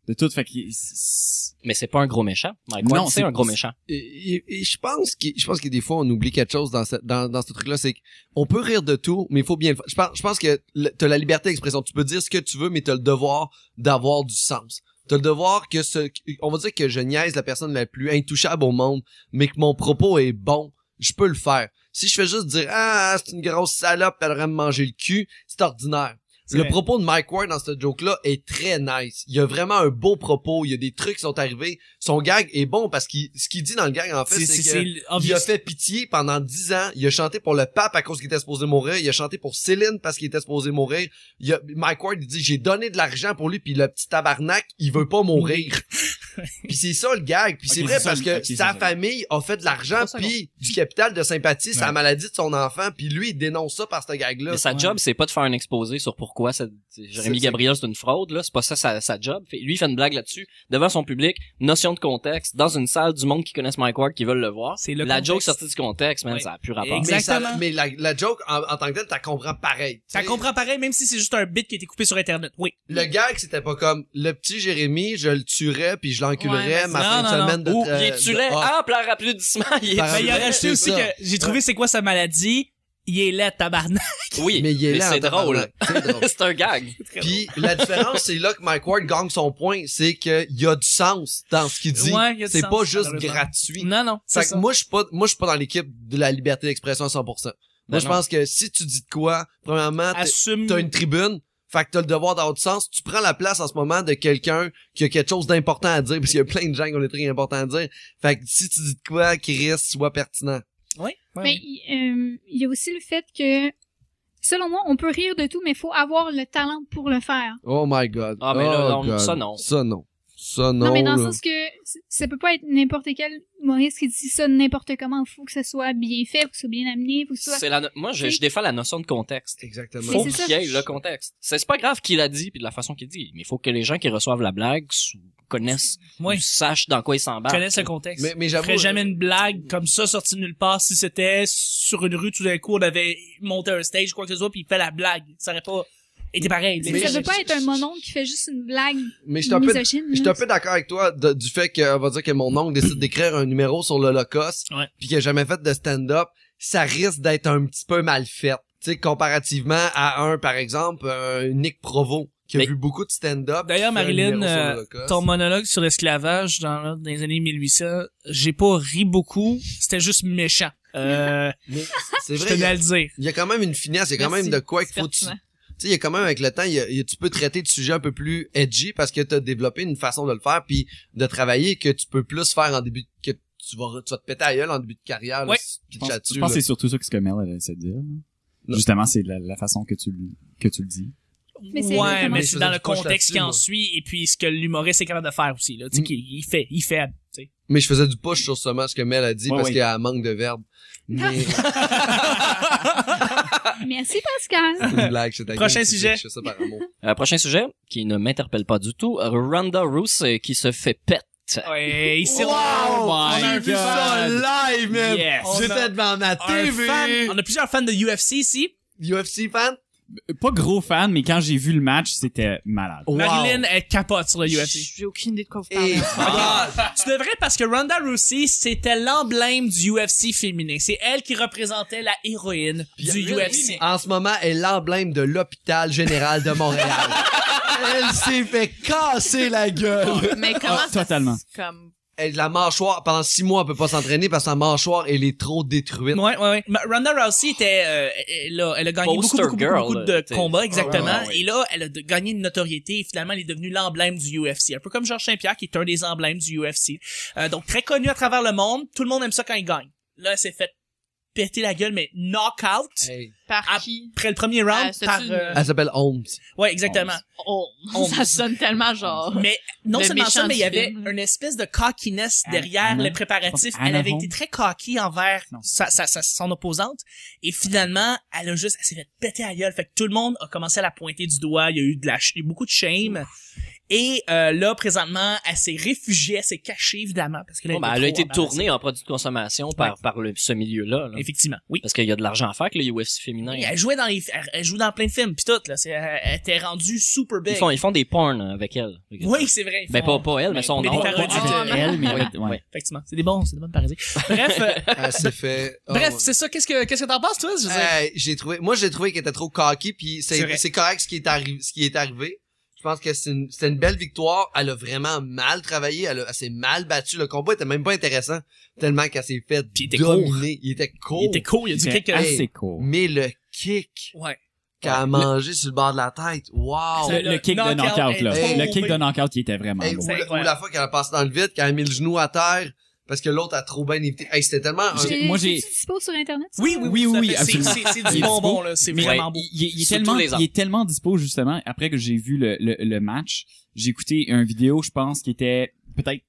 De tout, fait qu'il... c'est- Mais c'est pas un gros méchant. Mike Non, Ward, c'est c'est- un gros méchant. Et, et- et je pense que je pense que des fois on oublie quelque chose dans ce, dans, dans ce truc là c'est qu'on peut rire de tout mais il faut bien le faire. je pense je pense que le- t'as la liberté d'expression tu peux dire ce que tu veux mais t'as le devoir d'avoir du sens t'as le devoir que ce on va dire que je niaise la personne la plus intouchable au monde mais que mon propos est bon je peux le faire si je fais juste dire ah c'est une grosse salope elle devrait me manger le cul c'est ordinaire C'est le vrai. propos de Mike Ward dans ce joke-là est très nice. Il y a vraiment un beau propos. Il y a des trucs qui sont arrivés. Son gag est bon parce qu'il, ce qu'il dit dans le gag, en fait, C'est, c'est, c'est, c'est que il obvious. a fait pitié pendant dix ans. Il a chanté pour le pape à cause qu'il était supposé mourir. Il a chanté pour Céline parce qu'il était supposé mourir. Il a, Mike Ward, il dit, j'ai donné de l'argent pour lui puis le petit tabarnak, il veut pas mourir. <laughs> puis c'est ça le gag. Puis c'est Ok, vrai c'est ça, parce que ok, c'est sa ça. famille a fait de l'argent Trois puis du capital de sympathie, sa Ouais. maladie de son enfant puis lui, il dénonce ça par ce gag-là. Mais sa ouais. job, c'est pas de faire un exposé sur pourquoi ça- Jérémy C'est- Gabriel, c'est une fraude, là. C'est pas ça sa, sa job. Fait- Lui, il fait une blague là-dessus, devant son public, notion de contexte, dans une salle du monde qui connaissent Mike Ward, qui veulent le voir. C'est le La contexte. joke sortie du contexte, man, Ouais. ça a plus rapport. Exact. Mais ça- Exactement. Mais, la, la joke, en, en tant que telle, t'as comprends pareil. Ça T'sais, comprend pareil, même si c'est juste un bit qui a été coupé sur Internet. Oui. Ben, Le gag, c'était pas comme le petit Jérémy, je le tuerais puis je l'enculerais Ouais, ma mais- fin Non, de non, non. semaine de Ou, euh, il est-tu de- laid? Ah, Ah, plein applaudissement, il Par- est Ben, il a c'est rajouté aussi ça. que j'ai trouvé c'est quoi sa maladie. Il est laid, tabarnak. Oui. mais il est mais là en c'est drôle. tabarnak. C'est drôle. <laughs> c'est un gag. Puis la différence, c'est là que Mike Ward gagne son point, c'est qu'il y a du sens dans ce qu'il dit. Ouais, il y a du c'est sens, pas juste malheureusement. gratuit. Non, non. Fait C'est que ça. moi, je suis pas, moi, je suis pas dans l'équipe de la liberté d'expression à 100%. Moi, Ben je non. pense que si tu dis de quoi, premièrement, t'es- Assume. Mm. t'as une tribune. Fait que t'as le devoir d'avoir du sens. Tu prends la place en ce moment de quelqu'un qui a quelque chose d'important à dire, parce qu'il y a plein de gens qui ont des trucs importants à dire. Fait que si tu dis de quoi, Chris, sois pertinent. Oui. oui, Mais oui. il euh, il y a aussi le fait que, selon moi, on peut rire de tout, mais il faut avoir le talent pour le faire. Oh my god. Ah, mais là, Oh non, God. ça, non. Ça non. ça, non. Non, mais dans le là. sens que c- ça peut pas être n'importe quel humoriste qui dit ça n'importe comment. Faut que ça soit bien fait, faut que ce soit bien amené, faut que ce soit... C'est la no- Moi, je, je défends la notion de contexte. Exactement. Faut Mais c'est qu'il y ça. ait le contexte. C'est c'est pas grave qu'il a dit puis de la façon qu'il dit, mais il faut que les gens qui reçoivent la blague sou- connaissent, Oui. ou sachent dans quoi ils Ils s'embarquent. connaissent le contexte. Mais, mais Je j'avoue. euh, ferais jamais une blague comme ça sortie de nulle part si c'était sur une rue tout d'un coup on avait monté un stage quoi que ce soit puis il fait la blague ça aurait pas été pareil Mais Mais ça je- veut pas je- être un mononcle qui fait juste une blague Mais je suis un peu, misogyne. je suis Mhm. là. un peu d'accord avec toi de- du fait que, on va dire que mon oncle décide d'écrire un numéro sur l'Holocauste, Ouais. puis qu'il a jamais fait de stand-up, ça risque d'être un petit peu mal fait. Tu sais, comparativement à un, par exemple, un Nick Provo, qui a Mais- vu beaucoup de stand-up. D'ailleurs, qui fait un Marilyn, numéro sur euh, l'Holocauste. ton monologue sur l'esclavage dans, dans les années 1800 j'ai pas ri beaucoup c'était juste méchant euh, Mais C'est je vrai, il y, tenais à a, le dire il y a quand même une finesse, il y a quand Merci. même de quoi qu'il C'est faut... Tu tu pertinent. sais, il y a quand même, avec le temps, il y a- il y a- tu peux traiter de sujets un peu plus edgy parce que t'as développé une façon de le faire, puis de travailler que tu peux plus faire en début... que tu vas, tu vas te péter à gueule en début de carrière. là, Ouais. si tu te Je pense, pitches je là-dessus, pense que là. c'est surtout ça que ce que Mel elle essaie de dire. là. Justement, c'est la, la façon que tu, le- que tu le dis. Mais c'est ouais exactement- mais Mais c'est je dans le faisais du push contexte qui en là-dessus, suit et puis ce que l'humoriste est capable de faire aussi là tu sais Mm. qu'il il fait il fait tu sais. Mais je faisais du push sur seulement ce que Mel a dit Ouais, parce ouais. qu'il y a un manque de <laughs> verbe. Mais Merci <laughs> Pascal. une blague, c'est ta gueule, Prochain c'est- sujet. Je fais ça par <laughs> amour. Euh, prochain sujet, qui ne m'interpelle pas du tout, euh, Ronda Rouse euh, qui se fait pète. ouais il s'est on a vu ça live, man. Oh Yes. J'étais On a- devant ma un fan- on a plusieurs fans de UFC ici UFC fan? Pas gros fan, mais quand j'ai vu le match, c'était malade. Oh, Marilyn, elle capote sur le UFC. J'ai aucune idée de quoi vous <laughs> parlez. Et... Ah, Ah, tu devrais parce que Ronda Rousey, c'était l'emblème du UFC féminin. C'est elle qui représentait la héroïne du UFC. En ce moment, elle est l'emblème de l'hôpital général de Montréal. <laughs> elle s'est fait casser la gueule. Mais comment Ah, ça totalement. se- Comme... Elle, la mâchoire, pendant six mois, elle peut pas s'entraîner parce que sa mâchoire, elle est trop détruite. Ouais, ouais, ouais. Ma- Ronda Rousey était, euh, elle a, elle a gagné beaucoup, Poster beaucoup, beaucoup, girl, beaucoup là, de t'sais. combats, exactement. Ah, Ouais, ouais, ouais. Et là, elle a de- gagné une notoriété et finalement, elle est devenue l'emblème du UFC. Un peu comme Georges Saint-Pierre, qui est un des emblèmes du UFC. Euh, donc, très connu à travers le monde. Tout le monde aime ça quand il gagne. Là, elle s'est fait péter la gueule, mais knockout. Hey. Par Ah, qui? Après le premier round, Euh, c'est par... une- euh, Elle s'appelle Holmes. ouais, exactement. Oh, On- <laughs> ça sonne tellement <laughs> genre... Mais non Le seulement ça, méchant mais il y du avait film. une espèce de cockiness Ah, Anna- derrière Anna- les préparatifs. je pense Elle Anna avait Hall. été très cocky envers Non. sa, sa- sa- son opposante. Et finalement, elle a juste, elle s'est fait péter à gueule. Fait que tout le monde a commencé à la pointer du doigt. Il y a eu de la, ch- il y a eu beaucoup de shame. Et euh, là, présentement, elle s'est réfugiée, elle s'est cachée, évidemment. Parce que là, Bon, ben, était elle a trop été embarrassée. tournée hein. en produit de consommation par, par le, ce milieu-là. là. Effectivement, oui. Parce qu'il y a de l'argent à faire avec le UFC féminin. Et elle jouait dans les, elle, elle joue dans plein de films pis tout, là. C'est, elle, elle était rendue super big. Ils font, ils font des porn avec elle. Oui, c'est vrai. ils Ben, font- pas, pas elle, mais son Mais nom. des parodies Ah, de- mais- Elle, mais Ouais. ouais. Effectivement. C'est des bons, c'est des bonnes parodies. Bref, <laughs> euh, Elle s'est fait... oh, Bref, ouais. c'est ça. Qu'est-ce que qu'est-ce que t'en penses, toi? Je veux dire, Hey, Euh, j'ai trouvé moi j'ai trouvé qu'elle était trop cocky puis C'est vrai. c'est c'est correct ce qui est arrivé ce qui est arrivé je pense que c'est une, c'était une belle victoire elle a vraiment mal travaillé elle, a- elle s'est mal battue le combat était même pas intéressant tellement qu'elle s'est fait Puis il était dominer il était court il était cool, il a dit C'était quelques. assez court. mais le kick Ouais. qu'elle a mangé sur le bord de la tête wow C'est- Le, le kick de Knockout knockout, est là. tombé. Le kick de knockout, il était vraiment Hey, bon. ou, c'est la, incroyable. ou la fois qu'elle a passé dans le vide qu'elle a mis le genou à terre parce que l'autre a trop bien évité hey, c'était tellement un- J'ai- J'ai- moi, j'ai- c'est-tu dispo sur internet. ça? Oui, oui, oui, Oui, tout à oui, fait. C'est- absolument. c'est- C'est Il du est bonbon, beau. là. C'est Mais- vraiment beau. Il, il- il est Sous tellement, tous les il est tellement dispo justement. Après que j'ai vu le, le, le match, j'ai écouté une vidéo, je pense, qui était peut-être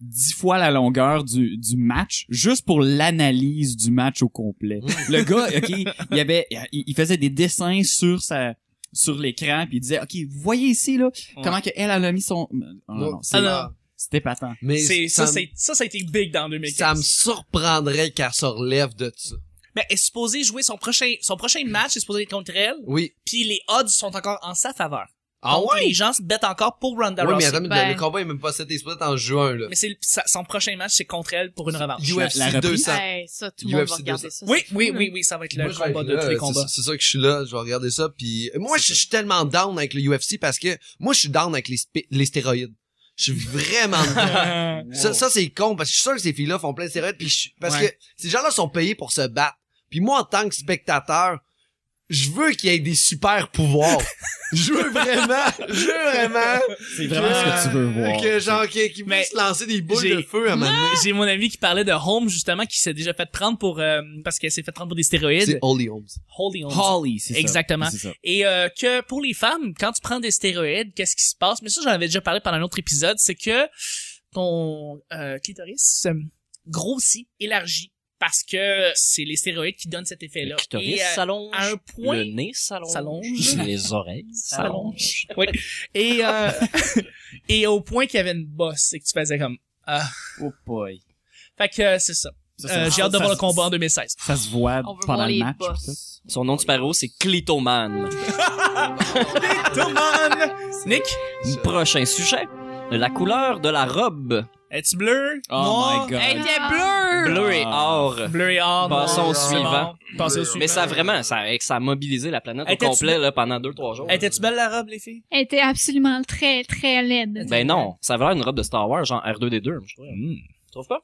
dix fois la longueur du, du match, juste pour l'analyse du match au complet. Mm. le gars, ok, il avait, il, il faisait des dessins sur sa sur l'écran puis il disait ok vous voyez ici là comment que elle elle a mis son non, non, non, c'est- Ah, non. c'était <laughs> patent mais C'est- ça, Ça, me- c'est- ça, ça a été big dans ça me 2015. surprendrait qu'elle se relève de ça Mais elle est supposée jouer son prochain, son prochain match, est supposé être contre elle, oui puis les odds sont encore en sa faveur. ah Donc, ouais Les gens se battent encore pour Ronda Oui, mais Rousey. attends, mais Ben- le combat est même pas cet exposé en juin, là. Mais c'est ça- son prochain match, c'est contre elle pour une revanche. UFC la reprise. 200. Hey, ça, tout le monde va UFC regarder ça. Oui, c'est oui, cool. oui, oui, ça va être le Moi, je vais combat être de là, tous les c'est- combats. C'est sûr que je suis là, je vais regarder ça, puis euh, moi, je C'est je suis tellement down avec le UFC parce que moi, je suis down avec les, spé- les stéroïdes. Je suis <laughs> vraiment down. ça, ça, c'est con, parce que je suis sûr que ces filles-là font plein de stéroïdes, puis je- parce Ouais. que ces gens-là sont payés pour se battre. Puis moi, en tant que spectateur, je veux qu'il y ait des super pouvoirs. je veux vraiment, je veux vraiment C'est vraiment ce que tu veux voir. que genre qui qui Mais puisse lancer des boules j'ai- de feu à un moment donné. J'ai mon ami qui parlait de Holmes, justement, qui s'est déjà fait prendre pour, euh, parce qu'elle s'est fait prendre pour des stéroïdes. C'est Holy Holmes. Holy Holmes. Holly, c'est ça. Exactement. C'est ça. Et euh, que pour les femmes, quand tu prends des stéroïdes, qu'est-ce qui se passe Mais ça, j'en avais déjà parlé pendant un autre épisode, c'est que ton euh, clitoris euh, grossit, élargit, parce que c'est les stéroïdes qui donnent cet Le effet-là. clitoris Et, euh, s'allonge. à un point, Le nez s'allonge. s'allonge. Les oreilles s'allongent. s'allonge. Oui. Et euh, <laughs> et au point qu'il y avait une bosse, et que tu faisais comme. Oh boy. Fait que euh, c'est ça. Ça, Euh, ça- J'ai hâte de ça- voir le combat en 2016. Ça se voit On veut pendant voir le les match. boss. Son nom de super-héros, c'est Clitoman. Nick, Prochain sujet. La couleur de la robe. es-tu bleu Oh Noir? my God. Elle était bleu! Bleu et Ah. or. Bleu et or. Euh, Passons noir, au c'est suivant. bon. Passons au suivant. Mais ça a vraiment, ça, a- ça a mobilisé la planète au Était-tu complet là, pendant deux, trois jours. Était-tu belle la robe, les filles Elle était absolument très, très laide. Ben non, ça avait l'air une robe de Star Wars, genre R2D2, je trouve. Hmm. Tu trouves pas?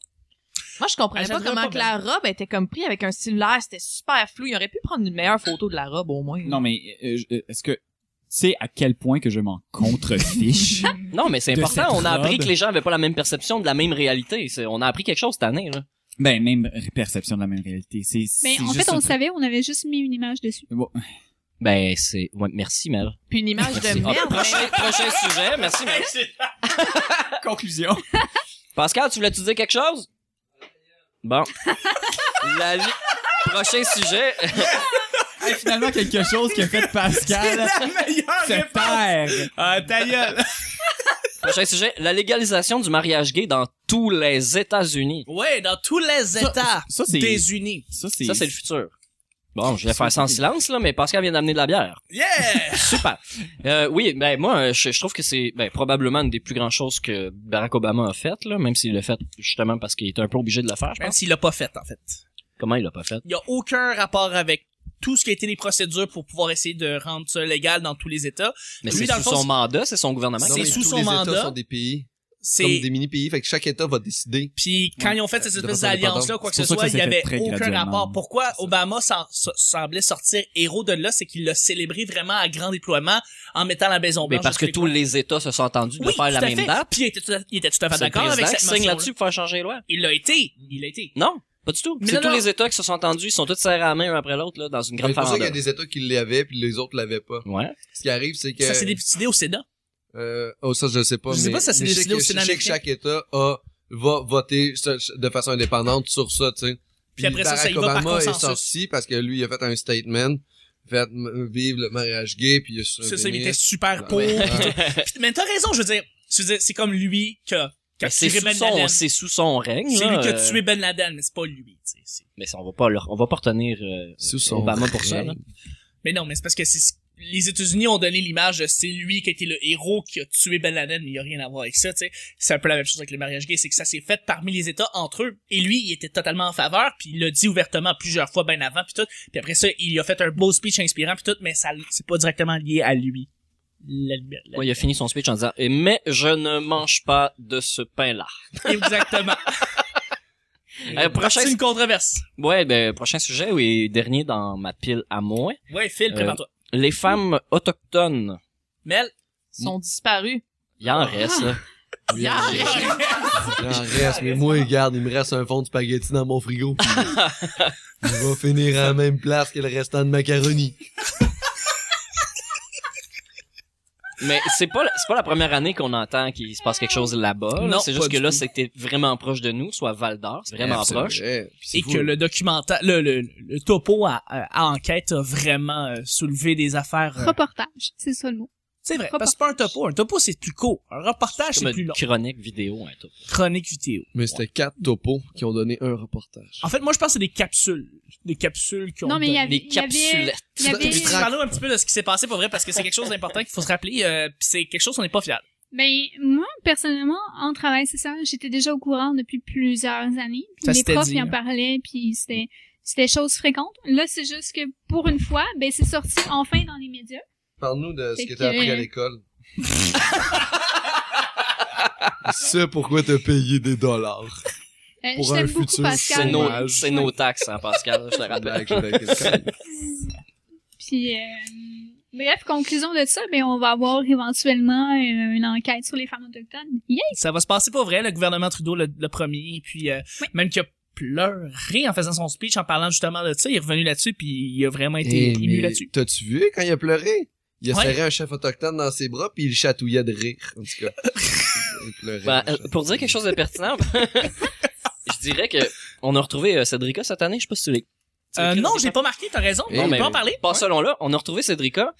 Moi, je comprenais Elle pas s'habillait comment pas que la robe était comme prise avec un cellulaire. C'était super flou. Il aurait pu prendre une meilleure photo de la robe, au moins. Non, mais euh, je- euh, est-ce que tu sais à quel point que je m'en <laughs> contrefiche? Non, mais c'est De important. cette On a appris robe. que les gens avaient pas la même perception de la même réalité. C'est- On a appris quelque chose cette année. Là. ben, même perception de la même réalité. C'est, Mais c'est en juste fait, on un le truc- savait, on avait juste mis une image dessus. Bon, Ben c'est, ouais, merci Mel. Puis une image de Ah, hein. merde. prochain, prochain sujet, merci <laughs> Mel. conclusion. <laughs> Pascal, tu voulais-tu dire quelque chose? <laughs> Bon. La li- Prochain sujet. Hey, finalement, quelque chose que fait Pascal meilleure se perd. Ah, ta gueule. Prochain sujet. La légalisation du mariage gay dans tous les États-Unis. Ouais, dans tous les États ça, c'est- des Unis. Ça, c'est... Ça, c'est le futur. Bon, je vais faire ça en silence, là, mais Pascal vient d'amener de la bière. Yeah! Super. Euh, oui, ben moi, euh, je, je trouve que c'est ben, probablement une des plus grandes choses que Barack Obama a faites, là, même s'il l'a fait justement parce qu'il était un peu obligé de le faire, je Même pense. s'il l'a pas fait, en fait. Comment il l'a pas fait? Il y a aucun rapport avec tout ce qui a été les procédures pour pouvoir essayer de rendre ça légal dans tous les États. Mais Lui, c'est dans le sous fond, son c'est- mandat, c'est son gouvernement. C'est Non, mais sous tous son les mandat. États sont des pays, comme C'est des mini-pays, fait que chaque État va décider. puis quand ils ont fait cette De espèce façon d'alliance-là ou indépendante. quoi que ce C'est pour soit, ça que il ça y s'est avait fait très aucun graduellement. rapport. Pourquoi C'est ça. Obama s'en- se- semblait sortir héros de là, c'est qu'il l'a célébré vraiment à grand déploiement en mettant la Maison Mais Blanche. parce que tous les États se sont entendus de oui, faire la tout à fait. même date. Puis il était tout à, il était tout à fait C'est le d'accord avec président cette qui signe motion-là. là-dessus pour faire changer les lois. Il l'a été. Il l'a été. Non, pas du tout. Mais C'est non, tous non. les États qui se sont entendus, ils sont tous serrés à la main un après l'autre là dans une grande C'est pour ça qu'il y farandole. a des États qui l'avaient puis les autres l'avaient pas. Ouais. Ce qui arrive, c'est que Ça, c'est des petites idées au Sénat. euh, oh ça je sais pas. Je sais mais- pas si ça s'est mais je sais décidé que- au Sénat Je sais que américain. chaque État a va voter ça- de façon indépendante sur ça, tu sais. Puis après ça, ça y Barack va par Obama est consensus. sorti parce que lui il a fait un statement, fait m- vive le mariage gay puis il a Ça, ça, il survenu. était super pauvre. Ouais. Puis- mais t'as raison, je veux dire. Je veux dire, c'est comme lui qui a, qui a Mais C'est tué sous, Ben son, Laden. c'est sous son règne. C'est là, lui qui a euh, tué Ben Laden, mais c'est pas lui, tu sais. c'est- Mais ça, on va pas leur- on va pas retenir euh, Sous son Obama pour ça. là. Mais non, mais c'est parce que c'est ce- les États-Unis ont donné l'image de c'est lui qui était le héros qui a tué Ben Laden, mais il y a rien à voir avec ça, tu sais. C'est un peu la même chose avec le mariage gay, c'est que ça s'est fait parmi les États entre eux. Et lui, il était totalement en faveur, puis il l'a dit ouvertement plusieurs fois ben avant, puis tout. Puis après ça, il a fait un beau speech inspirant, puis tout, mais ça, c'est pas directement lié à lui. La- la- la- Ouais, il a fini son speech en disant Eh, mais je ne mange pas de ce pain là. <laughs> Exactement. Euh, prochain C'est une controverse. Ouais, ben, prochain sujet, oui, dernier dans ma pile à moi. Ouais, Phil, Euh, prépare-toi. Les femmes autochtones. Mel, Ils sont disparus. Il en reste, là. Il en reste. Il en reste, mais moi regarde, il me reste un fond de spaghetti dans mon <laughs> frigo. puis Il va finir à la même place que le restant de macaroni. Mais c'est pas, la- c'est pas la première année qu'on entend qu'il se passe quelque chose là-bas. là. Non, C'est pas juste que du là, tout. c'était vraiment proche de nous, soit Val d'Or, c'est vraiment Eh, c'est proche. vrai. Puis c'est et fou. que le documentaire, le, le, le topo à, à- à enquête a vraiment euh, soulevé des affaires. euh, Reportage, c'est ça le mot. C'est vrai, parce que c'est pas un topo. Un topo, c'est plus court. Un reportage, Comme c'est plus une long. chronique vidéo, un tout. Chronique vidéo. Mais c'était quatre topos qui ont donné un reportage. En fait, moi, je pense que c'est des capsules. Des capsules qui ont... Non, mais il y donné- avait, Des il y avait, capsulettes. il y avait, Du Puis, trac. Parlons un petit peu de ce qui s'est passé, pour vrai, parce que c'est quelque chose d'important qu'il faut se rappeler, euh, puis c'est quelque chose qu'on n'est pas fiable. ben, moi, personnellement, en travail, c'est ça, j'étais déjà au courant depuis plusieurs années. Puis Ça les s'était profs, dit, ils hein. en parlaient, puis c'était, c'était chose fréquente. Là, c'est juste que, pour une fois, ben, c'est sorti enfin dans les médias. Parle-nous de ce Fait que t'as que- appris à l'école. <laughs> C'est pourquoi t'as payé des dollars. Euh, Pour je un t'aime beaucoup, futur Pascal. C'est nos, <laughs> Dommage. c'est nos taxes, hein, Pascal, je te rappelle. Blague, blague, blague. Puis Puis, euh, bref, conclusion de ça, ben, on va avoir éventuellement euh, une enquête sur les femmes autochtones. Yay! Ça va se passer pour vrai, le gouvernement Trudeau le, le premier, puis euh, Oui. même qu'il a pleuré en faisant son speech, en parlant justement de ça, il est revenu là-dessus, puis il a vraiment été Eh, ému mais là-dessus. T'as-tu vu quand il a pleuré? Il a Ouais. serré un chef autochtone dans ses bras puis il chatouillait de rire. En tout cas, il pleurait. Ben, euh, pour dire quelque chose de pertinent, <laughs> je dirais que on a retrouvé euh, Cédrica cette année, je sais pas si tu l'as. tu l'as Euh, écrit, non, Cédrica? j'ai pas marqué, t'as raison, Eh, on mais- peut en parler. Passons ben, là, on a retrouvé Cédrica.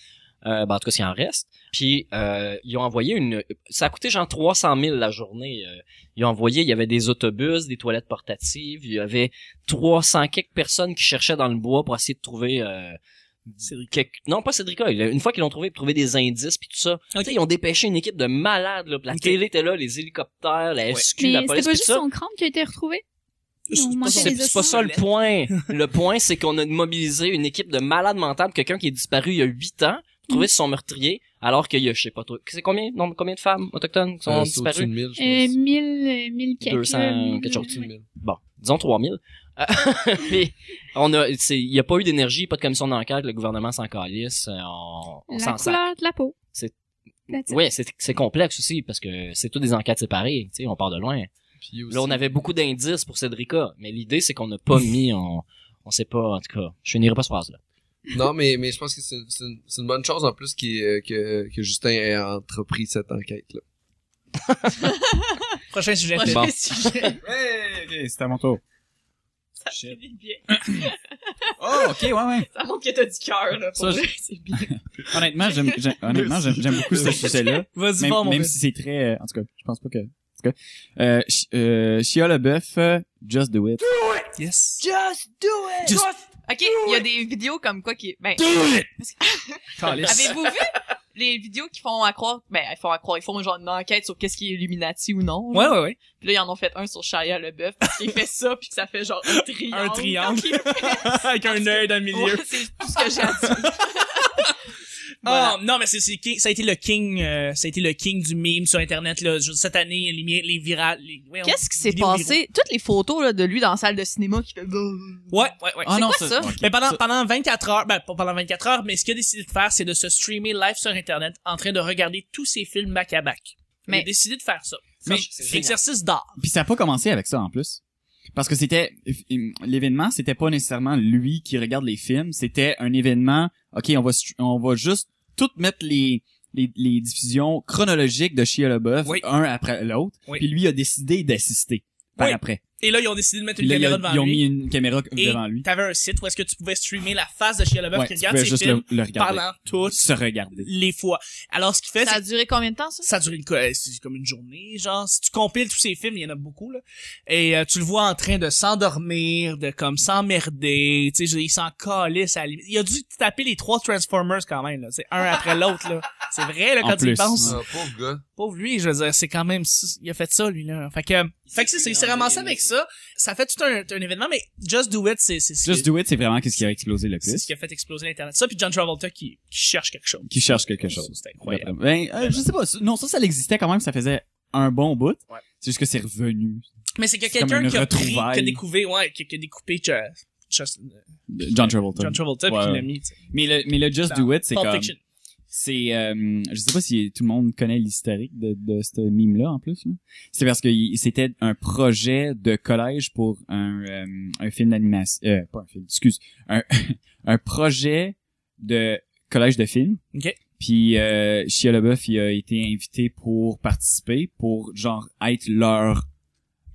Euh, ben, en tout cas, s'il en reste. Puis, euh, ils ont envoyé une... Ça a coûté genre 300 000 la journée. Euh, ils ont envoyé... Il y avait des autobus, des toilettes portatives. Il y avait 300 quelques personnes qui cherchaient dans le bois pour essayer de trouver... Euh, quelques- Non, pas Cédrica. Il- Une fois qu'ils l'ont trouvé, ils trouvaient des indices puis tout ça. Tu sais, Ils ont dépêché une équipe de malades. Là, puis la Ok. télé était là, les hélicoptères, la Ouais. SQ, Mais la c'était police, pas puis juste tout ça. son crâne qui a été retrouvé? C'est On pas manquait son- C'est des c'est ossements. pas ça le point. Le point, c'est qu'on a mobilisé une équipe de malades mentales, quelqu'un qui est disparu il y a huit ans, pour Mm. trouver son meurtrier, alors qu'il y a, je sais pas trop, c'est combien, non, combien de femmes autochtones qui sont Euh, c'est au-dessus disparues? de 1000, je Euh, pense. 1000, euh, 1000 quelques. 200, euh, quelque chose. Au-dessus de 1000. Bon, disons 3000. Euh, <laughs> Mais on a, c'est- il y a pas eu d'énergie, pas de commission d'enquête, le gouvernement s'en calisse, euh, on, on La s'en sert. couleur de la peau. C'est- That's it. Ouais, c'est, c'est complexe aussi, parce que c'est toutes des enquêtes séparées, tu sais, on part de loin. Puis aussi- Là, on avait beaucoup d'indices pour Cédrica, mais l'idée, c'est qu'on n'a <laughs> pas mis, on, on sait pas, en tout cas, je finirai pas ce phrase-là. Non, mais, mais je pense que c'est c'est une, c'est une bonne chose en plus qui, euh, que, que Justin ait entrepris cette enquête-là. Prochain sujet. Prochain Bon. sujet. <laughs> Hey, c'est à mon tour. Ça finit bien. Oh, ok, ouais, ouais. Ça montre que t'as du cœur, là. Ça, Pour vrai, c'est bien. Honnêtement, j'aime, j'aime- honnêtement, j'aime, j'aime beaucoup ce sujet-là. Vas-y, Même, va, mon même gars. si c'est très, euh, en tout cas, je pense pas que, en tout cas, euh, Ch- euh, Shia LaBeouf, euh, Just Do It. Yes. Just do it! Just Ok, il y a des vidéos comme quoi qui... Ben, Avez-vous vu les vidéos qui font à croire, ben, ils font à croire, ils font genre une enquête sur qu'est-ce qui est Illuminati ou non. Ouais, ouais, <laughs> ouais. Puis là, ils en ont fait un sur Shia LeBeouf, parce qu'il fait ça, puis que ça fait genre un triangle. Un triangle. Quand il- Avec un œil dans le Ouais, c'est tout ce que j'ai à <laughs> dire. Oh, Ah, non, mais c'est, c'est King- ça a été le king, euh, ça a été le king du meme sur Internet, là. Je- Cette année, les, mi- les virales, les- ouais, on- Qu'est-ce qui s'est vidéos passé? Toutes les photos là, de lui dans la salle de cinéma qui fait... virales. Ouais, ouais, ouais. Ah C'est non, quoi ça- ça? ok. Mais pendant, Ça- pendant 24 heures, ben, pas pendant 24 heures, mais ce qu'il a décidé de faire, c'est de se streamer live sur Internet en train de regarder tous ses films back à back. Il a Mais- décidé de faire ça. Mais- C'est un exercice d'art. Puis ça a pas commencé avec ça en plus. Parce que c'était l'événement, c'était pas nécessairement lui qui regarde les films, c'était un événement. Ok, on va str- on va juste tout mettre les les, les diffusions chronologiques de Shia LaBeouf, Oui. un après l'autre. Oui. Puis lui a décidé d'assister par Oui. après. Et là, ils ont décidé de mettre Puis une là, il caméra a- ils devant ont mis lui. une caméra Et devant lui. t'avais un site où est-ce que tu pouvais streamer la face de Shia LaBeouf Ouais, qui tu regarde pouvais ses juste films le, le regarder, pendant toutes se regarder. les fois. Alors, ce qu'il fait, Ça c'est a duré combien de temps, ça? ça dure une co- euh, c'est comme une journée genre si tu compiles tous ces films il y en a beaucoup là et euh, tu le vois en train de s'endormir de comme s'emmerder tu sais je veux dire, il s'en calisse à la limite. il a dû taper les trois Transformers quand même là c'est un après l'autre là c'est vrai là En quand tu y plus. penses Ah, pauvre gars. pauvre lui je veux dire c'est quand même il a fait ça lui là fait que fait que c'est ça il s'est ramassé avec ça ça fait tout un, un événement mais Just Do It c'est c'est c'est- Just Do It, c'est vraiment qu'est-ce qui a explosé le c'est ce plus, qui a fait exploser l'internet ça puis John Travolta qui, qui cherche quelque chose qui cherche quelque chose. c'est incroyable Ben, euh, je sais pas. Non, ça, ça l'existait quand même, ça faisait un bon bout. Ouais. C'est juste que c'est revenu. mais c'est que C'est comme quelqu'un une qui a pris qui a retrouvaille. découvert ouais qui, qui a découpé Just- Just- John Travolta. John Travolta puis Ouais, il ouais. l'a mis. tu sais. Mais le, mais le Just Do It, c'est Pulp comme, Fiction. c'est, euh, je sais pas si tout le monde connaît l'historique de, de ce mime-là, en plus, là. C'est parce que il- c'était un projet de collège pour un, euh, un film d'animation, euh, pas un film, excuse, un, <laughs> un projet de collège de film. Ok. Puis, euh, Shia LaBeouf, il a été invité pour participer, pour, genre, être leur,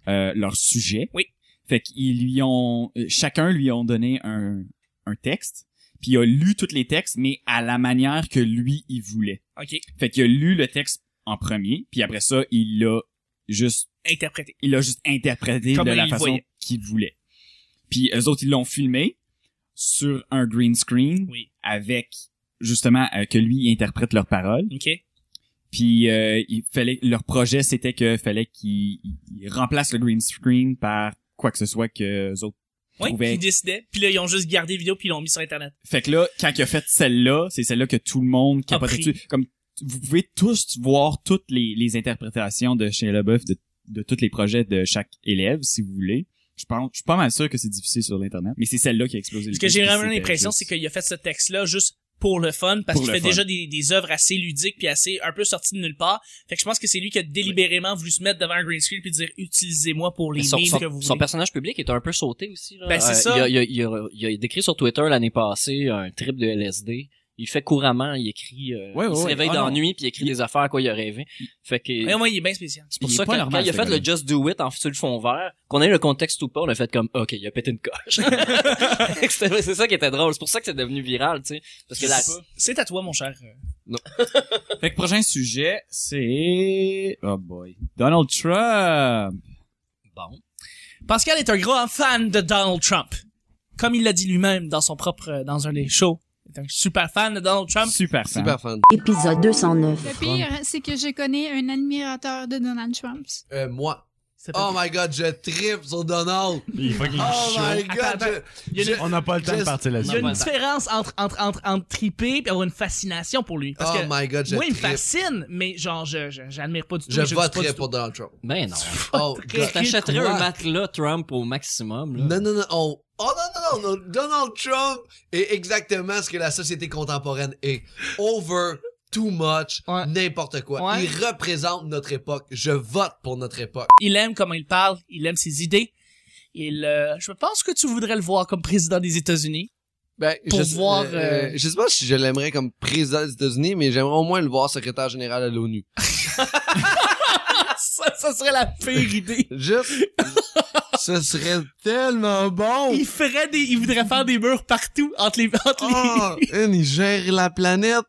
euh, leur sujet. Oui. Fait qu'ils lui ont, euh, chacun lui ont donné un, un texte puis il a lu tous les textes, mais à la manière que lui, il voulait. Ok. Fait qu'il a lu le texte en premier, puis après ça, il l'a juste, Interprété. il l'a juste interprété Comme de la il façon voyait. qu'il voulait. Puis eux autres, ils l'ont filmé sur un green screen Oui. avec, justement, euh, que lui il interprète leurs paroles. Ok. Puis euh, il fallait, leur projet, c'était que fallait qu'ils ils remplacent le green screen par quoi que ce soit que eux autres Oui. Trouvait- Ils décidaient. Puis là, ils ont juste gardé vidéo puis ils l'ont mis sur Internet. Fait que là, quand il a fait celle-là, c'est celle-là que tout le monde capotait pris. dessus. Comme, vous pouvez tous voir toutes les, les interprétations de Shia LaBeouf de, de tous les projets de chaque élève, si vous voulez. Je pense, je suis pas mal sûr que c'est difficile sur l'internet, mais c'est celle-là qui a explosé. le Ce que plus, j'ai puis vraiment c'était l'impression, juste- c'est qu'il a fait ce texte-là juste pour le fun, parce Pour qu'il le fait fun. déjà des, des œuvres assez ludiques puis assez un peu sorties de nulle part. Fait que je pense que c'est lui qui a délibérément voulu se mettre devant un green screen puis dire utilisez-moi pour les Son, memes son- que vous son voulez. personnage public est un peu sauté aussi. Là. Euh, Ben, c'est ça. Il a, il, a, il, a, il a décrit sur Twitter l'année passée un trip de LSD. Il fait couramment, il écrit, euh, Ouais, ouais, il se ouais. réveille Ah, dans la non. nuit puis il écrit des affaires à quoi il a rêvé. Fait que Mais au moins, il est bien spécial. c'est pour il est ça que pas normal, quand il a ce fait gars-là. le Just Do It en sur le fond vert, qu'on ait le contexte ou pas, on a fait comme OK, il a pété une coche. <laughs> C'était- c'est ça qui était drôle. C'est pour ça que c'est devenu viral, tu sais, parce que la, C'est à toi, mon cher. euh, Fait que prochain sujet, c'est... Oh boy. Donald Trump. bon, Pascal est un grand fan de Donald Trump. Comme il l'a dit lui-même dans son propre, euh, dans un des shows. Il est un super fan de Donald Trump. Super fan. Super fan. Épisode 209. Le pire, hein, c'est que je connais un admirateur de Donald Trump. Euh, moi. C'est pas- Oh my god, je tripe sur <laughs> Donald. Il est fucking Oh my chaud. god. je- Il y a je- Oh On n'a pas le temps de Just- partir Il y a là-dessus. une différence entre, entre, entre, entre triper et avoir une fascination pour lui. Parce Oh que my god, je moi, il me tripe. fascine, mais genre, je, je- j'admire pas du tout. Je goûte pas voterais du pour Donald Trump. ben non. Oh, Tu t'achèterais Quoi? un matelas Trump au maximum. Là. Non, non, non. on- Oh non, non, non, non. Donald Trump est exactement ce que la société contemporaine est. Over, too much, Ouais. n'importe quoi. Ouais. Il représente notre époque. Je vote pour notre époque. Il aime comment il parle, il aime ses idées. Il, euh, je pense que tu voudrais le voir comme président des États-Unis. Ben, Pour voir, euh, je sais pas si je l'aimerais comme président des États-Unis, mais j'aimerais au moins le voir secrétaire général à l'ONU. <laughs> ça, ça serait la pire idée. <laughs> Juste, ce serait tellement bon. Il ferait des, il voudrait faire des murs partout entre les, entre les, Oh, man, il gère la planète.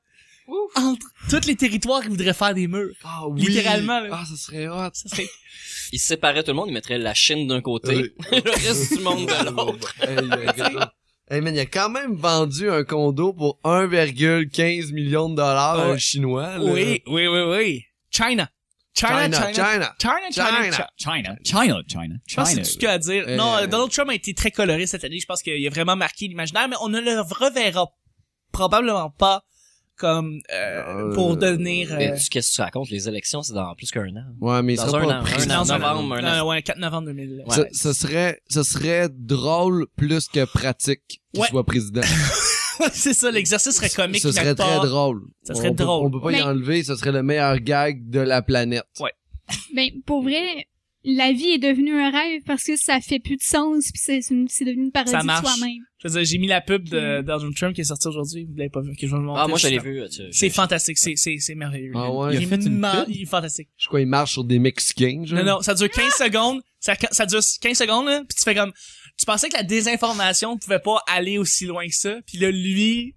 entre tous les territoires. Il voudrait faire des murs. Ah oui. Littéralement, là. Ah, ça serait hot. Ça serait Il séparait tout le monde, il mettrait la Chine d'un côté, Oui. <laughs> le reste du monde de <laughs> l'autre. Euh, Oh, hey, le gars. Hey, man, il a quand même vendu un condo pour 1,15 million de dollars à un Ouais. chinois. là. Oui, oui, oui, oui. China. China, China, China. China. China, China, China. China. China. China. China. Je pense que c'est tout ce qu'il y a à dire. Euh, Non, euh, euh, Donald Trump a été très coloré cette année. Je pense qu'il a vraiment marqué l'imaginaire, mais on ne le reverra probablement pas comme euh, Euh, pour devenir... Mais euh, tu- qu'est-ce que tu racontes? Les élections, c'est dans plus qu'un an. Ouais, mais il Dans sera un pas an, président. un an, dans un- novembre, un dans- ouais, 4 novembre 2000. Ce, <laughs> ce serait, ce serait drôle plus que pratique qu'il Ouais. soit président. c'est ça, l'exercice serait comique. ce serait mais pas- très drôle. Ça serait on peut- drôle. on peut pas y Mais- enlever, ce serait le meilleur gag de la planète. Ben, pour vrai, la vie est devenue un rêve parce que ça fait plus de sens puis c'est c'est une- c'est devenu une parodie Ça de marche. soi-même. Je veux dire, j'ai mis la pub de Donald Trump qui est sortie aujourd'hui. Vous l'avez pas vu, que je vais vous montrer. Ah, moi, je l'ai juste vu. euh, tu- C'est je- fantastique, c'est, c'est, c'est merveilleux. Ah ouais? il, Il a fait une ma- pub? il est fantastique. Je crois qu'il marche sur des Mexicains, genre. Non, non, ça dure 15 secondes. Ça, ça dure 15 secondes, là, puis tu fais comme... Tu pensais que la désinformation pouvait pas aller aussi loin que ça, puis là, lui,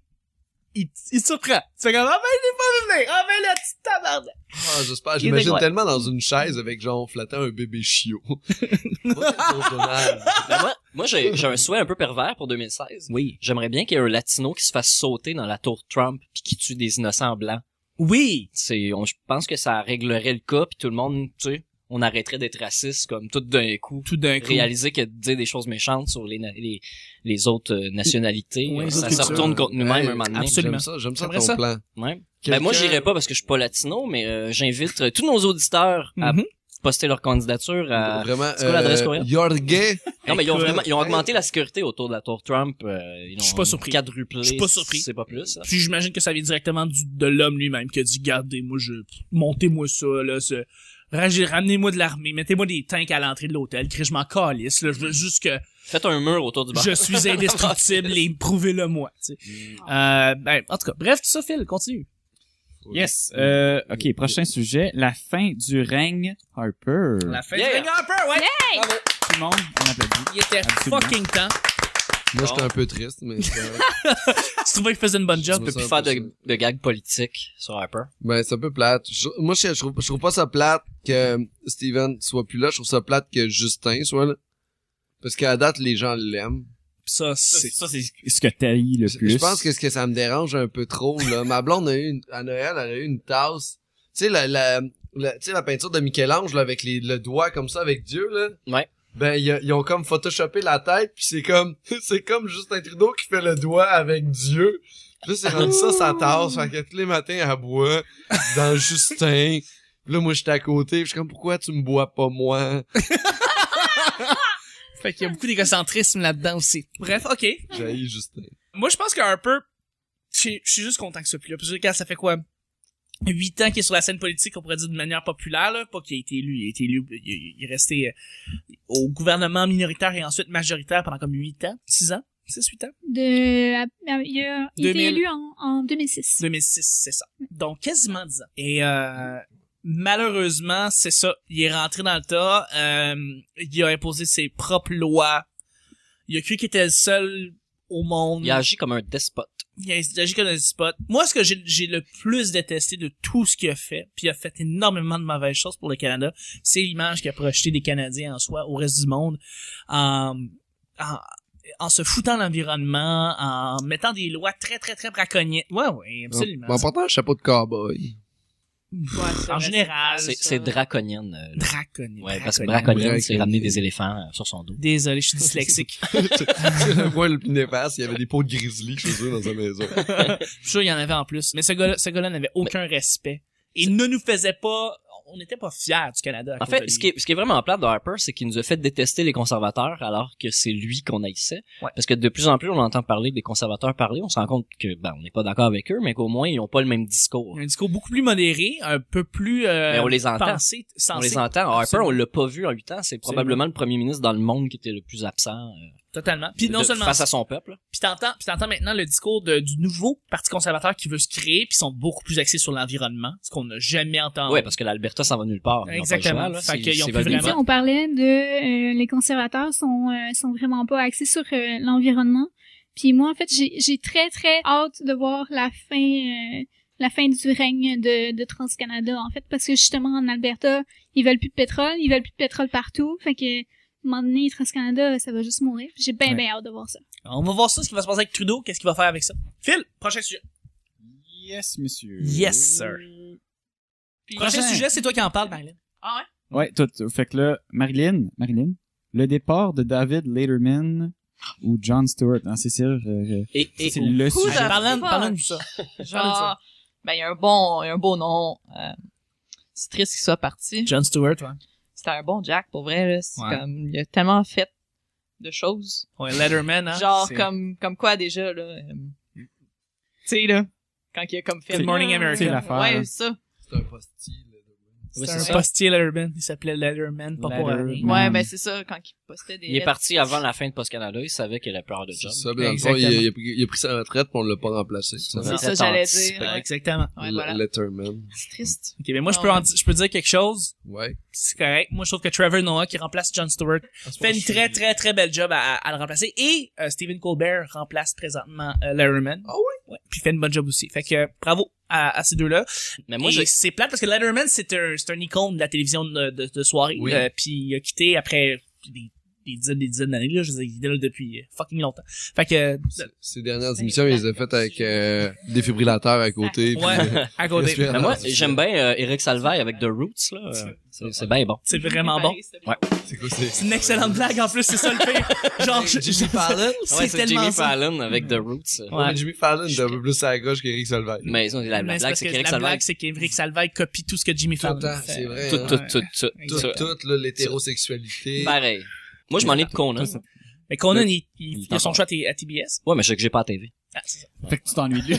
il, il te surprend. Tu fais comme « Ah ben, il est pas venu! Ah ben là, tu tabarnak! Ah, j'espère. Il est J'imagine dégueu. tellement dans une chaise avec genre flattant un bébé chiot. Moi, c'est pour Donald. Ben, moi, moi, j'ai, j'ai un souhait un peu pervers pour 2016. Oui. J'aimerais bien qu'il y ait un latino qui se fasse sauter dans la tour Trump puis qui tue des innocents blancs. » Oui! C'est, on, je pense que ça réglerait le cas puis tout le monde, tu sais, on arrêterait d'être raciste comme tout d'un coup. Tout d'un coup. Réaliser que de dire des choses méchantes sur les, na- les, les autres euh, nationalités, Oui, euh, les ça autres se retourne cultures. contre nous-mêmes Hey, un moment donné. absolument. J'aime ça, j'aime ça J'aimerais ton ça. plan. Ouais. Quelqu'un- Ben moi j'irai pas parce que je suis pas latino, mais euh, j'invite euh, tous nos auditeurs à Mhm. poster leur candidature. À... Vraiment, c'est quoi l'adresse euh, courriel? Jorge. Non mais ils ont Écoute, vraiment, ils ont augmenté la sécurité autour de la tour Trump. euh, ils Je suis l'ont pas surpris. quadruplé, Je suis pas surpris. C'est pas plus. hein. là. Puis j'imagine que ça vient directement du, de l'homme lui-même qui a dit gardez moi je montez-moi ça là ce ragez- ramenez-moi de l'armée, mettez-moi des tanks à l'entrée de l'hôtel, que je m'en calisse, là, je veux juste que Faites un mur autour du bar. je <laughs> suis indestructible et prouvez-le moi. tu sais. Euh, ben, en tout cas, bref, tout ça Phil, continue. Yes. Euh, ok, prochain sujet. La fin du règne Harper. fin Yeah. du Harper, ouais. Tout le monde, on applaudit. Il était Absolument. fucking temps. Moi, j'étais un peu triste, mais euh, Tu trouvais qu'il faisait une bonne Je job. peux plus faire de, de gags politiques sur Harper. ben, c'est un peu plate. Je- moi, je, je trouve, je trouve pas ça plate que Steven soit plus là. Je trouve ça plate que Justin soit là. Parce qu'à date, les gens l'aiment. Ça, Ça, c'est ça, c'est ce que taillis le Je- plus. Je pense que ce que ça me dérange un peu trop, là. Ma blonde a eu une, à Noël, elle a eu une tasse. Tu sais, la, la, la- tu sais, la peinture de Michel-Ange, là, avec les, le doigt comme ça, avec Dieu, là. Ouais. Ben, ils, ils ont comme photoshopé la tête, puis c'est comme, <laughs> c'est comme Justin Trudeau qui fait le doigt avec Dieu. Puis Là, c'est rendu ça sa tasse, fait que tous les matins, elle boit dans Justin. Puis Là, moi, j'étais à côté, puis je suis comme, pourquoi tu me bois pas, moi? Fait qu'il y a beaucoup d'égocentrisme là-dedans aussi. Bref, ok. J'ai Justin. Moi, je pense que Harper, je je suis juste content que ce plus là. Parce que regarde, ça fait quoi? Huit ans qu'il est sur la scène politique, on pourrait dire de manière populaire, là. Pas qu'il a été élu. Il a été élu, il- il il est resté euh, au gouvernement minoritaire et ensuite majoritaire pendant comme huit ans, six ans, six, huit ans. De, à- à- il a il a été 2000. élu en, en 2006. 2006, c'est ça. Donc, quasiment 10 ans. Et euh, malheureusement, c'est ça. Il est rentré dans le tas. euh, il a imposé ses propres lois. Il a cru qu'il était le seul au monde. Il a agi comme un despote. Il a agi comme un spot. Moi, ce que j'ai- j'ai le plus détesté de tout ce qu'il a fait, puis il a fait énormément de mauvaises choses pour le Canada, c'est l'image qu'il a projetée des Canadiens en soi au reste du monde. En, en, en se foutant de l'environnement, en mettant des lois très, très, très braconnières. Ouais, ouais, absolument. En portant un chapeau de cowboy. en général. C'est c'est draconienne. euh, <laughs> le- Draconien. ouais, parce que Draconien. draconienne, c'est Draconienne. ramener des éléphants euh, sur son dos. Désolé, je <laughs> suis dyslexique. le point le plus néfaste, il y avait des pots de grizzly chez eux dans sa maison. je suis sûr, il y en avait en plus. Mais ce gars-là, ce gars-là n'avait aucun respect. Et ne nous faisait pas, on n'était pas fiers du Canada. à En cause de fait, lui. ce qui, est, ce qui est vraiment plate de Harper, c'est qu'il nous a fait détester les conservateurs alors que c'est lui qu'on haïssait. Ouais. Parce que de plus en plus, on entend parler des conservateurs parler, on se rend compte que ben, on n'est pas d'accord avec eux, mais qu'au moins, ils ont pas le même discours. un discours beaucoup plus modéré, un peu plus, euh, Mais on les entend. pensé, On sensé. les entend. Ah, Harper, Absolument. on l'a pas vu en huit ans. C'est probablement le premier ministre dans le monde qui était le plus absent euh, Totalement. Puis non de- seulement face ça, à son peuple. puis t'entends, puis t'entends maintenant le discours de- du nouveau parti conservateur qui veut se créer, puis ils sont beaucoup plus axés sur l'environnement, ce qu'on n'a jamais entendu. Ouais, parce que l'Alberta s'en va nulle part. Ils ont pas le Ah. Exactement. choix, là. Fait S'ils- qu'ils ont s'ils plus veulent vraiment- Tu sais, on parlait de euh, les conservateurs sont euh, sont vraiment pas axés sur euh, l'environnement. Puis moi en fait j'ai j'ai très très hâte de voir la fin euh, la fin du règne de, de TransCanada en fait parce que justement en Alberta ils veulent plus de pétrole ils veulent plus de pétrole partout fait que à un moment donné TransCanada ça va juste mourir Puis j'ai bien Ouais. bien hâte de voir ça. On va voir ça, ce qui va se passer avec Trudeau, qu'est-ce qu'il va faire avec ça. Phil, prochain sujet. Yes, monsieur. Yes, sir. Puis- Prochain sujet, c'est toi qui en parles, Marilyn. Ah ouais? Ouais, tout. Fait que là, Marilyn, Marilyn, le départ de David Letterman ou John Stewart, hein, c'est sûr, euh, Et, ça, et- c'est le Who sujet. the- Parlons, fuck? parlons de ça. Parle de ça. Genre, ben, il y a un bon, il y a un beau nom. euh, c'est triste qu'il soit parti. John Stewart, ouais. C'était un bon Jack, pour vrai, là. C'est Ouais. comme, il a tellement fait de choses. Ouais, Letterman, hein. Genre, c'est- comme, comme quoi, déjà, là. euh, tu sais, là. Quand il a comme fait. Good Morning America. C'est l'affaire, là. Ouais, c'est ça. C'est un postille. C'est c'est un ça. postier Letterman. Il s'appelait Letterman, pas pour Letterman. Mm. rien. Ouais, ben, c'est ça, quand il postait des. il est parti avant la fin de Post Canada. Il savait qu'il allait peur de C'est job. ça, mais dans le fond, il, a- il a pris- il a pris sa retraite pis on l'a pas remplacé. C'est C'est Ouais. Ça. ça, que j'allais Attentif. dire. ouais. Exactement. Ouais, Le- voilà. Letterman. C'est triste. Ok, mais moi, je peux, Ouais. en di- je peux dire quelque chose. Ouais. C'est correct. Moi, je trouve que Trevor Noah, qui remplace John Stewart, Ah, fait une très, très, très belle job à, à le remplacer. Et euh, Stephen Colbert remplace présentement euh, Letterman. Ah ouais? Ouais, puis fait une bonne job aussi. Fait que euh, bravo à, à ces deux-là. Mais moi, Et je- c'est plate parce que Letterman, c'est un, c'est un icône de la télévision de, de, de soirée. Oui. Euh, puis il a quitté après des, des dizaines des dizaines d'années. Là. Je veux dire, il est là depuis euh, fucking longtemps. Fait que... euh, Ces dernières émissions, ils les ont faites avec euh, défibrillateur à côté. puis- euh, ouais, à côté. Qu'est-ce que- mais moi, j'aime bien euh, Eric Salvaille avec The Roots. là. Euh, C'est c'est bien bon. C'est vraiment bon. Pareil, c'était- Ouais. C'est quoi, c'est... C'est une excellente blague en plus, c'est ça le pire. <laughs> Genre, je- je- <laughs> c'est Ouais, tellement Jimmy ça. Fallon avec The Roots. Ouais, mais Jimmy Fallon est un peu plus à la gauche qu'Éric Solvay. Mais ils ont- la, la Mais c'est blague, parce c'est que qu'Éric la Salvaille, blague, c'est qu'Éric Salvaille copie tout ce que Jimmy Tout le Fallon temps, fait. c'est vrai. tout, hein. tout, tout, tout, Tout, tout. Bah, tout, là, l'hétérosexualité. Pareil. Moi, je m'en ai de Conan. Mais Conan, il, il, Il il a son part. choix à T- à TBS. Ouais, mais je sais que j'ai pas à TV. Ah, c'est ça. Fait que tu t'ennuies de lui.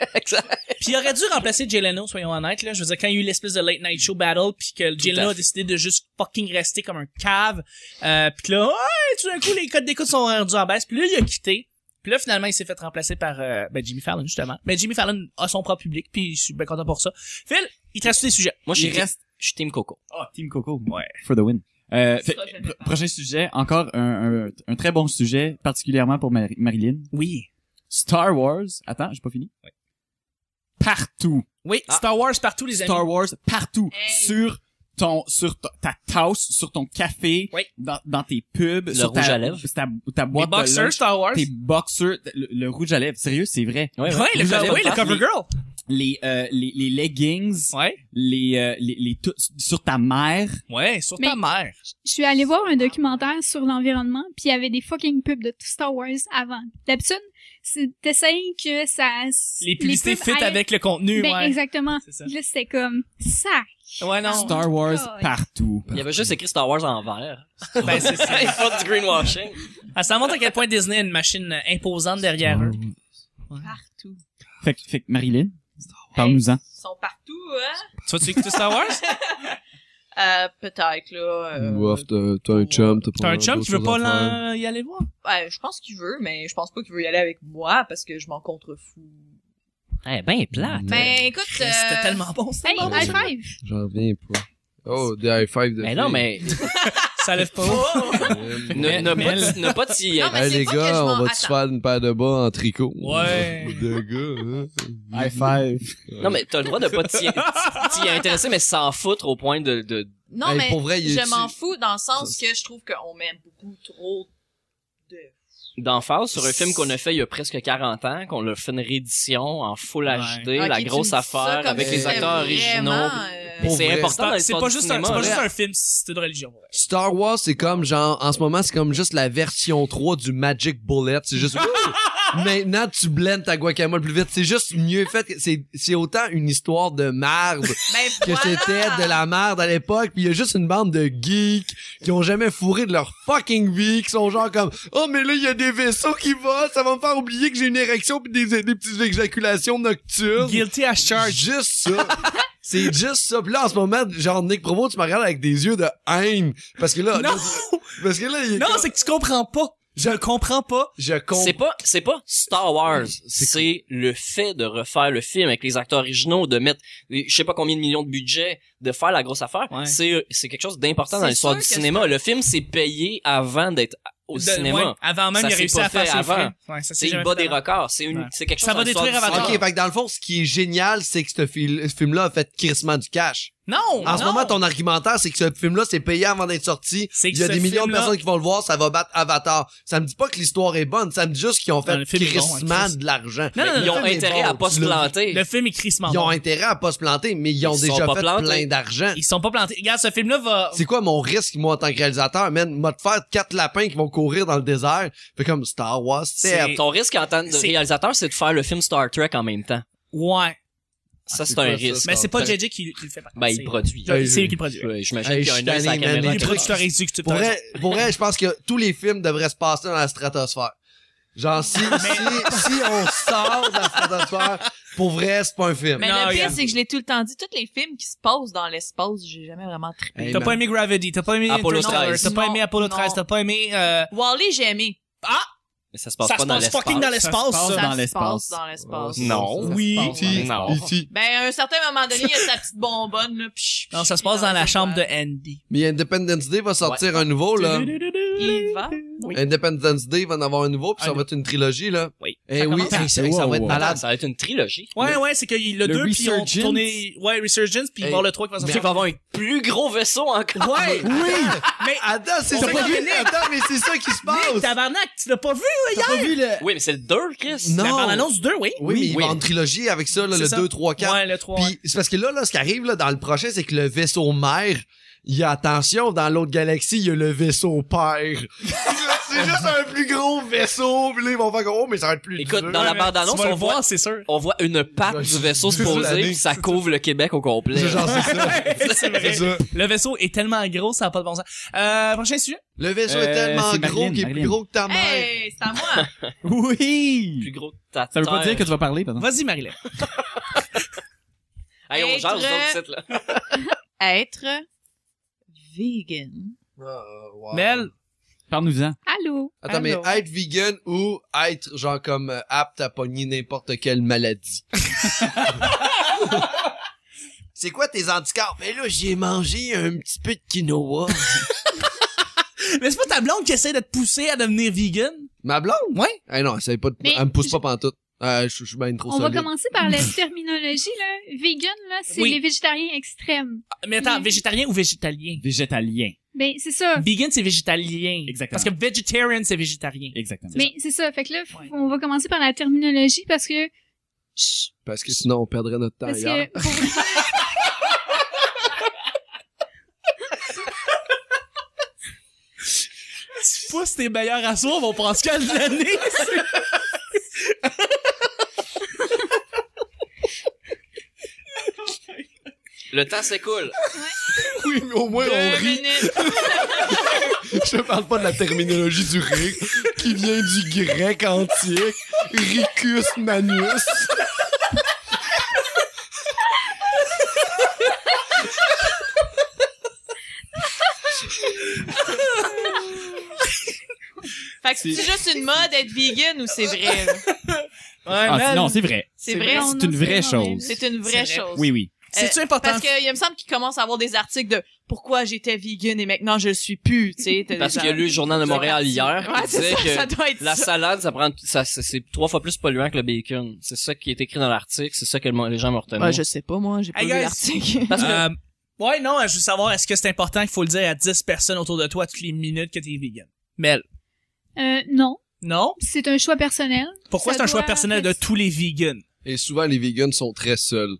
Puis il aurait dû remplacer Jay Leno, soyons honnêtes. Là. Je veux dire, quand il y a eu l'espèce de late night show battle, puis que Jay Tout à Leno a fait. décidé de juste fucking rester comme un cave, euh, puis que là, ouais, tout d'un coup, les codes d'écoute sont rendus en baisse. Puis là, il a quitté. Puis là, finalement, il s'est fait remplacer par euh, ben, Jimmy Fallon, justement. Mais Jimmy Fallon a son propre public, puis je suis bien content pour ça. Phil, il te reste des sujets. Moi, je suis Il reste- je suis Team Coco. <laughs> Ah, Team Coco. Ouais. For the win. Euh, Ça fait- sera jamais pro- prochain sujet, encore un, un, un très bon sujet, particulièrement pour Mari- Marilyn. Oui. Star Wars. Attends, j'ai pas fini. Partout. Oui, Ah. Star Wars partout, les amis. Star Wars partout Hey. sur ton sur ta, ta tasse, sur ton café, Oui. dans, dans tes pubs, Le sur ta, rouge à lèvres. sur ta, ta Les boîte de boxers, lunch, Star Wars. tes boxers, le, le rouge à lèvres, sérieux, c'est vrai. Ouais, le, Rouge à co- lèvres oui, le partout. cover girl. Les euh, les, les leggings, Ouais. les, euh, les les tout- sur ta mère. Ouais, sur ta Mais- mère. Je suis allée voir un documentaire sur l'environnement, puis il y avait des fucking pubs de Star Wars avant. D'habitude, c'est- t'essayes que ça... s- Les publicités pubs fit aillent- avec le contenu, Ben, ouais. exactement. C'est ça. Là, c'était comme, sac. Ouais, non. Star Wars Oh, ouais. partout. Il y avait juste écrit Star Wars en vert. Ben, <laughs> c'est ça. Il faut du greenwashing. Ah, Ça montre à quel point Disney a une machine euh, imposante derrière eux. Mm. Partout. Fait, que- fait que Marilyn, parle-nous-en. Ils sont partout, hein? Tu vas-tu écouter Star Wars? Euh, peut-être, là. euh, Ouf, t'as t'as un chum, t'as T'as pas un chum qui veut d'autres pas choses à faire. l'en- y aller voir. ouais, je pense qu'il veut, mais je pense pas qu'il veut y aller avec moi parce que je m'en contrefous. Eh ben plate. Mais écoute, euh, C'était tellement bon, ça. Hey, bon, high c'est- five! J'en reviens pas. Oh, des high five de Mais Ben non, filles. mais Ça lève pas haut. oh! <laughs> Euh, ne, ne pas t- ne pas t'y Non, mais Hey, c'est les pas que je gars, m'en- on va se Attends. faire une paire de bas en tricot? Ouais. De gars, hein? High five. Non, mais t'as le droit de pas t'y t'y intéresser, mais s'en foutre au point de... de... Non, Hey, mais pour vrai, il est je m'en dessus. fous dans le sens que je trouve qu'on met beaucoup trop de... d'emphase sur un film qu'on a fait il y a presque 40 ans, qu'on a fait une réédition en full Ouais. HD, la Ok, tu me dis grosse ça affaire comme avec si les c'était acteurs originaux. vraiment, euh, Mais Pour C'est vrai. important dans C'est pas l'histoire du juste un, cinéma, c'est pas là. juste un film, c'est de religion. ouais. Star Wars, c'est comme genre, en ce moment, c'est comme juste la version 3 du Magic Bullet. C'est <laughs> juste, Ouh! maintenant, tu blends ta guacamole plus vite. C'est juste mieux fait. que- C'est, c'est autant une histoire de merde Ben que voilà! c'était de la merde à l'époque. Puis il y a juste une bande de geeks qui ont jamais fourré de leur fucking vie, qui sont genre comme, oh, mais là, il y a des vaisseaux qui volent. Ça va me faire oublier que j'ai une érection puis des, des petites éjaculations nocturnes. Guilty as charged. Juste ça. C'est juste ça. Puis là, en ce moment, genre, Nick Provo, tu me regardes avec des yeux de haine. Parce que là, Non! parce que là, il est Non, comme- c'est que tu comprends pas. Je le comprends pas. je C'est comprends. pas, c'est pas Star Wars. C'est le fait de refaire le film avec les acteurs originaux, de mettre, je sais pas combien de millions de budget, de faire la grosse affaire. Ouais. C'est, c'est quelque chose d'important dans C'est l'histoire sûr du que cinéma. Le film, c'est payé avant d'être au De- cinéma. ouais, avant même, Ça il a s'est réussi pas à faire fait ses avant. films. Ouais, ça s'est C'est le jamais bas fait des avant. records. C'est une, Ouais. c'est quelque chose Ça va dans l'histoire détruire du Avatar. cinéma. Ok, fait que dans le fond, ce qui est génial, c'est que ce, fil- ce film-là a fait crissement du cash. Non! En ce non. moment, ton argumentaire, c'est que ce film-là, c'est payé avant d'être sorti. C'est que Il y a ce des millions de film-là- personnes qui vont le voir, ça va battre Avatar. Ça me dit pas que l'histoire est bonne, ça me dit juste qu'ils ont Non, fait le film est bon, hein, crissement Chris. de l'argent. Non, non, Mais non, ils ont le film est intérêt bon, à pas tu se l'as vu. planter. Le film est crissement Ils ont bon. intérêt à pas se planter, mais ils ont Ils sont déjà pas fait plantés. plein d'argent. Ils sont pas plantés. Regarde, ce film-là va... C'est quoi mon risque, moi, en tant que réalisateur, man? M'a de faire quatre lapins qui vont courir dans le désert. Fait comme Star Wars, c'est... C'est- Ton risque en tant que C'est- réalisateur, c'est de faire le film Star Trek en même temps. Ouais. Ah, Ça, c'est c'est un quoi, ça? risque. Mais c'est pas Star- JJ qui, qui le fait. par contre. Ben, il C'est- produit. Je- C'est lui qui le produit. Euh, J'imagine Hey, qu'il y a je un suis œil sur la tanné, caméra. man, Les qui producteurs exécutifs. Pour vrai, pour vrai, je pense que tous les films devraient se passer dans la stratosphère. Genre, <laughs> si, si, si on sort de la stratosphère, pour vrai, c'est pas un film. Mais Non, le pire, regarde. c'est que je l'ai tout le temps dit, tous les films qui se passent dans l'espace, j'ai jamais vraiment trippé. Hey, T'as man. pas aimé Gravity, t'as pas aimé Apollo Interstellar, 13. t'as pas aimé Non, Apollo non. 13, t'as pas aimé... euh, Wally, j'ai aimé. Mais ça se passe Ça pas se dans passe l'espace. fucking dans Ça se l'espace, passe ça. dans Ça se l'espace. passe dans Oh, l'espace. Non. Oui. Ici, Non. ici. Ben, à un certain moment donné, il y a sa petite bonbonne, là, pis Non, ça se passe dans la chambre de Andy. Mais Independence Day va sortir un nouveau, là. Il va. Oui. Independence Day va en avoir un nouveau, puis ça va être une trilogie, là. Oui. Eh Ça oui, commence à- hey, ça, hey, ça va être Wow. Malade, malade. ça va être une trilogie. Ouais, ouais, c'est qu'il y a le Le 2 puis on Resurgence. tourné... Ouais, Resurgence, puis il va y avoir le 3 qui va Tu sortir. sais qu'il va avoir un plus gros vaisseau encore. Ouais! Oui! Mais Attends, c'est On ça t'a pas qui- vu, Nick. Attends, mais c'est ça qui se Nick, passe! ah, tabarnak, tu l'as pas vu T'as pas vu le... Oui, mais c'est le 2, Chris. Non. La bande-annonce du 2, oui. Oui, mais il Oui. va en trilogie avec ça, là, C'est le ça. 2, 3, 4. Ouais, le 3. Puis c'est parce que là, là, ce qui arrive là, dans le prochain, c'est que le vaisseau mère, il y a attention, dans l'autre galaxie, il y a le vaisseau père. <laughs> c'est juste un plus gros vaisseau, puis là, ils vont faire comme, oh, mais ça va être plus Écoute, dur. dans la bande-annonce, on voit, c'est sûr. on voit une patte Je- du vaisseau se je- poser, l'année, puis ça couvre le Québec au complet. <laughs> C'est genre, c'est ça. c'est C'est vrai. ça. Le vaisseau est tellement gros, ça n'a pas de bon sens. Euh, prochain sujet. Le vaisseau Euh, est tellement c'est gros Marilyn, qu'il est plus Marilyn. gros que ta mère. Hey, c'est à moi. Plus Oui! gros que ta Ça veut pas terre. dire que tu vas parler, pardon. Vas-y, Marilyn. Hey, on jase d'autres sites, là. Être vegan. Oh, wow. Mel, Parle-nous-en. Allô? Attends, mais être vegan ou être, genre, comme, euh, apte à pogner n'importe quelle maladie. <laughs> C'est quoi tes anticorps? Mais là, j'ai mangé un petit peu de quinoa. mais c'est pas ta blonde qui essaie de te pousser à devenir vegan? Ma blonde? Ouais. Eh non, elle savait pas de- Mais elle me pousse je- pas pantoute. Euh, je je suis bien trop On va solide. commencer par la terminologie, là. Vegan, là, c'est Oui. les végétariens extrêmes. Mais attends, Oui. végétarien ou végétalien? Végétalien. Ben, c'est ça. Vegan, c'est végétalien. Exactement. Parce que vegetarian, c'est <laughs> végétarien. Exactement. Mais Ben, c'est ça. Fait que là, f- Ouais. on va commencer par la terminologie parce que... Chut. Parce que sinon, on perdrait notre temps Parce ailleurs. que... pour vrai- <laughs> Tu pousses tes meilleurs à soi, on prend ce de l'année. Le temps s'écoule. <laughs> Oui, mais au moins, on rit. minutes. Je parle pas de la terminologie du rire, qui vient du grec antique, ricus manus. Fait que c'est juste une mode être vegan ou c'est vrai? là? Ouais, Ah, man. Euh, non, c'est vrai. C'est vrai. Non, C'est une non, vraie c'est vraiment chose. C'est une vraie C'est vrai. chose. Oui, oui. C'est-tu important? Parce que il me semble qu'il commence à avoir des articles de pourquoi j'étais vegan et maintenant je le suis plus, tu sais. t'as des Parce qu'il y a gens- lu le journal de Montréal hier Ouais, qui c'est disait ça, que ça doit être la ça. salade, ça prend, ça, c'est- c'est trois fois plus polluant que le bacon. C'est ça qui est écrit dans l'article, c'est ça que le mo- les gens m'ont retenu. Ouais, je sais pas, moi, j'ai pas Hey, lu guys. l'article. Parce que, Euh, ouais, non, je veux savoir, est-ce que c'est important qu'il faut le dire à 10 personnes autour de toi toutes les minutes que t'es vegan? Mel. Euh, non, Non? c'est un choix personnel. Pourquoi Ça c'est un choix doit- personnel de tous les vegans? Et souvent, les vegans sont très seuls.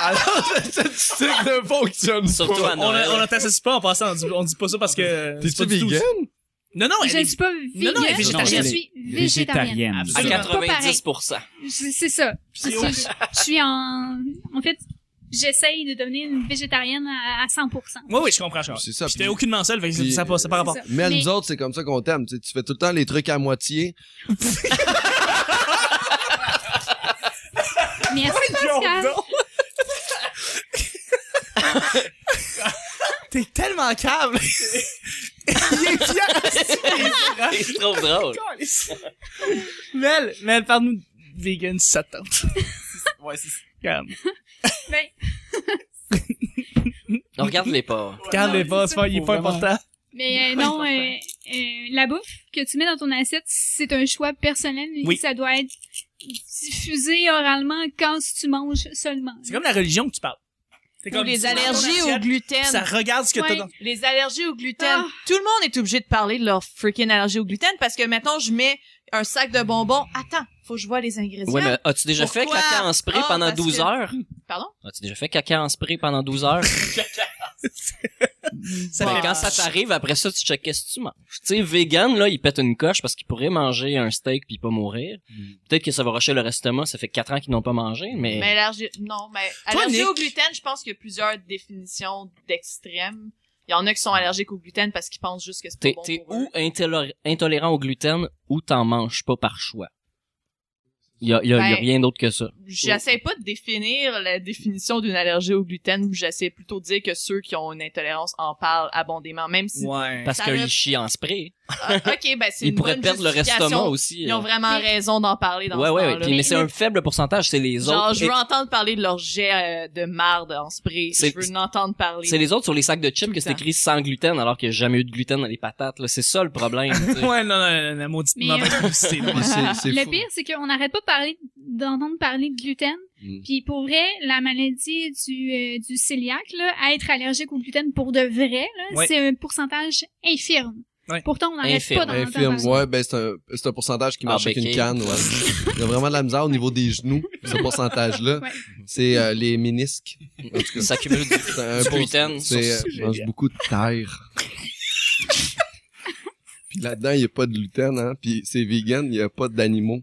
Alors, cette statistique ne fonctionne surtout pas. à Oh, On, Noël. on n'intensifie pas en passant, on dit, on dit pas ça parce que... c'est T'es-tu pas du tout- vegan? Non, non, je elle ne est- suis pas non, vegan, elle est je végétarienne. suis végétarienne. à Absolument. 90%. C'est c'est ça. C'est- Je je suis en... En fait, j'essaye de devenir une végétarienne à, à 100%. Oui, oui, je comprends, je comprends. C'est ça, Ah. J'étais puis- aucunement seul, fait que puis- ça, ça, ça par rapport. euh, C'est ça. Mais, nous autres, c'est comme ça qu'on t'aime. Tu sais, tu fais tout le temps les trucs à moitié. Merci, Pascal. T'es tellement câble! Il est fier! Et <laughs> c'est trop drôle. Mel, Mel, parle-nous de vegan si ça te tente. Ouais, c'est ça. Calme. Ben, On regarde les porcs. Calme-les non, pas, c'est c'est pas, il est pas Faut vraiment- important. Mais euh, non, euh, euh, la bouffe que tu mets dans ton assiette, c'est un choix personnel. et Oui. Ça doit être diffusé oralement quand tu manges seulement. C'est comme la religion que tu parles. <laughs> C'est Ou les tu manges allergies ton au assiette, gluten. Ça regarde ce que t'as Ouais. dans... Les allergies au gluten. Ah. Tout le monde est obligé de parler de leur freaking allergie au gluten parce que maintenant je mets un sac de bonbons. Attends, faut que je vois les ingrédients. Ouais, mais as-tu déjà fait Pourquoi? caca en spray Ah, pendant parce 12 que- heures? Pardon? As-tu déjà fait caca en spray pendant 12 heures? Ça Mais fait- quand ça t'arrive, après ça, tu checkes qu'est-ce que tu manges. Tu sais, vegan, là, il pète une coche parce qu'il pourrait manger un steak puis pas mourir. Peut-être que ça va rusher leur estomac, ça fait 4 ans qu'ils n'ont pas mangé, mais... Mais allergie, non, mais Toi, allergie Nick. au gluten, je pense qu'il y a plusieurs définitions d'extrêmes. Il y en a qui sont allergiques au gluten parce qu'ils pensent juste que c'est pas T'es bon t'es pour eux. ou intolérant, intolérant au gluten ou t'en manges pas par choix. Il y a, y a- y a Ben, rien d'autre que ça. J'essaie pas de définir la définition d'une allergie au gluten, j'essaie plutôt de dire que ceux qui ont une intolérance en parlent abondamment, même si... Ouais. Parce ça qu'ils reste- chient en spray. Ah, ok, ben c'est Ils une pourraient bonne perdre leur justification. estomac aussi. Ils ont euh. vraiment Mais- raison d'en parler dans ouais, ce ouais, ouais. temps-là. Puis- mais c'est Mais- un faible pourcentage, c'est les Genre, autres. je veux entendre parler de leur jet euh, de marde en spray. C'est- Je veux en entendre parler. C'est les autres sur les sacs de chips Tout que c'est le écrit sans gluten alors qu'il n'y a jamais eu de gluten dans les patates. là. C'est ça le problème. tu sais. <laughs> Ouais, non, non, non, la maudite Mais, mauvaise publicité. Puis c'est- c'est Le fou. pire, c'est qu'on n'arrête pas de parler, d'entendre parler de gluten. Mm. Puis pour vrai, la maladie du, euh, du cœliaque, là, être allergique au gluten pour de vrai, là, Ouais. c'est un pourcentage infirme. Ouais. Pourtant, on n'arrête Infirme. pas d'en entendre Infirme, parler. ouais, ben c'est un, c'est un pourcentage qui Ah, marche avec une béquille. canne, ouais. Il y a vraiment de la misère au niveau des genoux, ce pourcentage-là. Ouais. C'est euh, les ménisques. En tout Ils cas, s'accumulent du, c'est un du pour- gluten. sur- C'est, euh, je mange beaucoup de terre. Puis là-dedans, il n'y a pas de gluten, hein. Puis c'est vegan, il n'y a pas d'animaux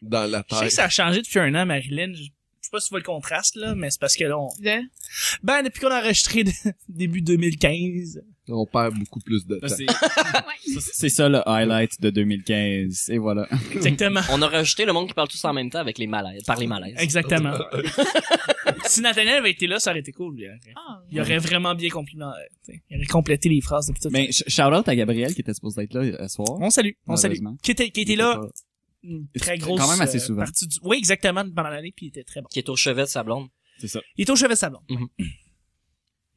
dans la Je sais terre. que ça a changé depuis un an, Marilyn. Je je sais pas si tu vois le contraste, là, mais c'est parce que là, on... De- Ben, depuis qu'on a enregistré de- <laughs> début 2015... On perd beaucoup plus de Ça, temps. Ah, C'est Ouais. ça, c'est ça le highlight de 2015. <laughs> Et voilà. Exactement. On a rejeté le monde qui parle tous en même temps avec les malaises, par les malaises. Exactement. <laughs> si Nathaniel avait été là, ça aurait été cool. Il aurait, Ah, il aurait vraiment bien compliment, t'sais, il aurait complété les phrases depuis tout Mais shout out à Gabriel qui était supposé être là euh, ce soir. On salue, on salue. Malheureusement. Qui était, qui était là, une C'est très quand grosse. euh, même assez souvent. partie du- Oui, exactement, pendant l'année, puis il était très bon. Qui est au chevet de sa blonde. C'est ça. Il est au chevet de sa blonde.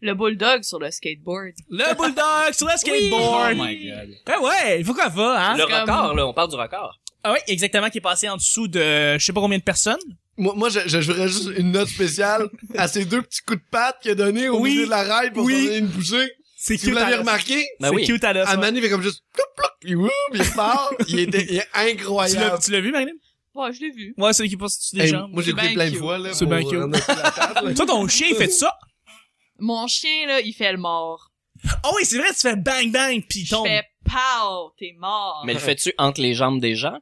Le bulldog sur le skateboard. <laughs> Le bulldog sur le skateboard. Oh my god. Ben ouais, il faut qu'on va, hein. le Ah, comme- record, là, on parle du record. Ah oui, exactement, qui est passé en dessous de, je sais pas combien de personnes. Moi, moi je, je ferais juste une note spéciale à ces deux petits coups de patte qu'il a donné au Oui. milieu de la rail pour Oui. s'en donner une poussée. C'est Si vous cute à l'avez l'os. remarqué, Ben c'est oui. cute à l'os, ouais. Amani fait comme juste ploup, ploup, puis wouh, puis <laughs> il part. il, était, il est Tu l'as, incroyable. tu l'as vu, Marilyn? Ouais, je l'ai vu. Ouais, celui qui passe au-dessus des Hey, jambes. moi, j'ai C'est écouté bien plein de cute. fois, là. C'est pour bien cute. rendre sur la <laughs> table. Toi, ton chien, il fait ça. Mon chien, là, il fait le mort. Ah oui, c'est vrai, tu fais bang bang, puis il Je tombe. fais pow, t'es mort. Mais le fais-tu entre les jambes des gens?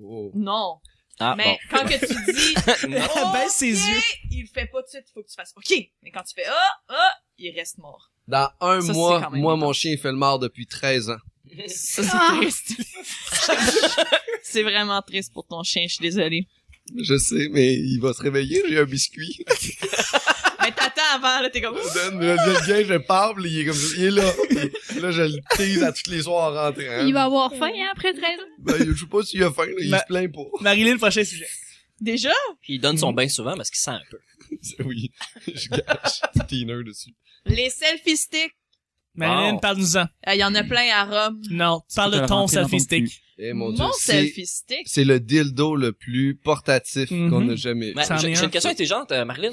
Oh. Non. Ah, mais quand que <laughs> tu dis bon. Elle <laughs> Oh, baisse ses OK, yeux. Il le fait pas tout de suite, il faut que tu fasses OK. Mais quand tu fais ah ah, il reste mort. Dans un Ça, c'est mois, quand même moi, étonnant. mon chien, il fait le mort depuis 13 ans. Ça c'est Ah. triste. <laughs> c'est vraiment triste pour ton chien, je suis désolée. Je sais, mais il va se réveiller, j'ai un <laughs> biscuit. Mais t'attends avant là, t'es <laughs> comme Je donne, je donne le gain, je parle, il est comme ça, il est là. Là, je le tease à tous les soirs en rentrant. Il va avoir faim hein, après 13 ans. Ben, je sais pas s'il a faim, là, il Ben- se plaint pas. Marilyn, prochain sujet. déjà Puis il donne son bain souvent parce qu'il sent un peu. <laughs> oui, je <laughs> gâche teener dessus. les selfie sticks. Marilyn, Bon. parle-nous-en. Il y en a plein à Rome. Non, peux parle te de le ton rentrer dans selfie ton stick. Eh mon Mon, dieu, c'est, selfie stick. c'est le dildo le plus portatif Mhm. qu'on a jamais Mais Ça en Ben, j'ai est j'ai un. une question intelligente, euh, Marilyn.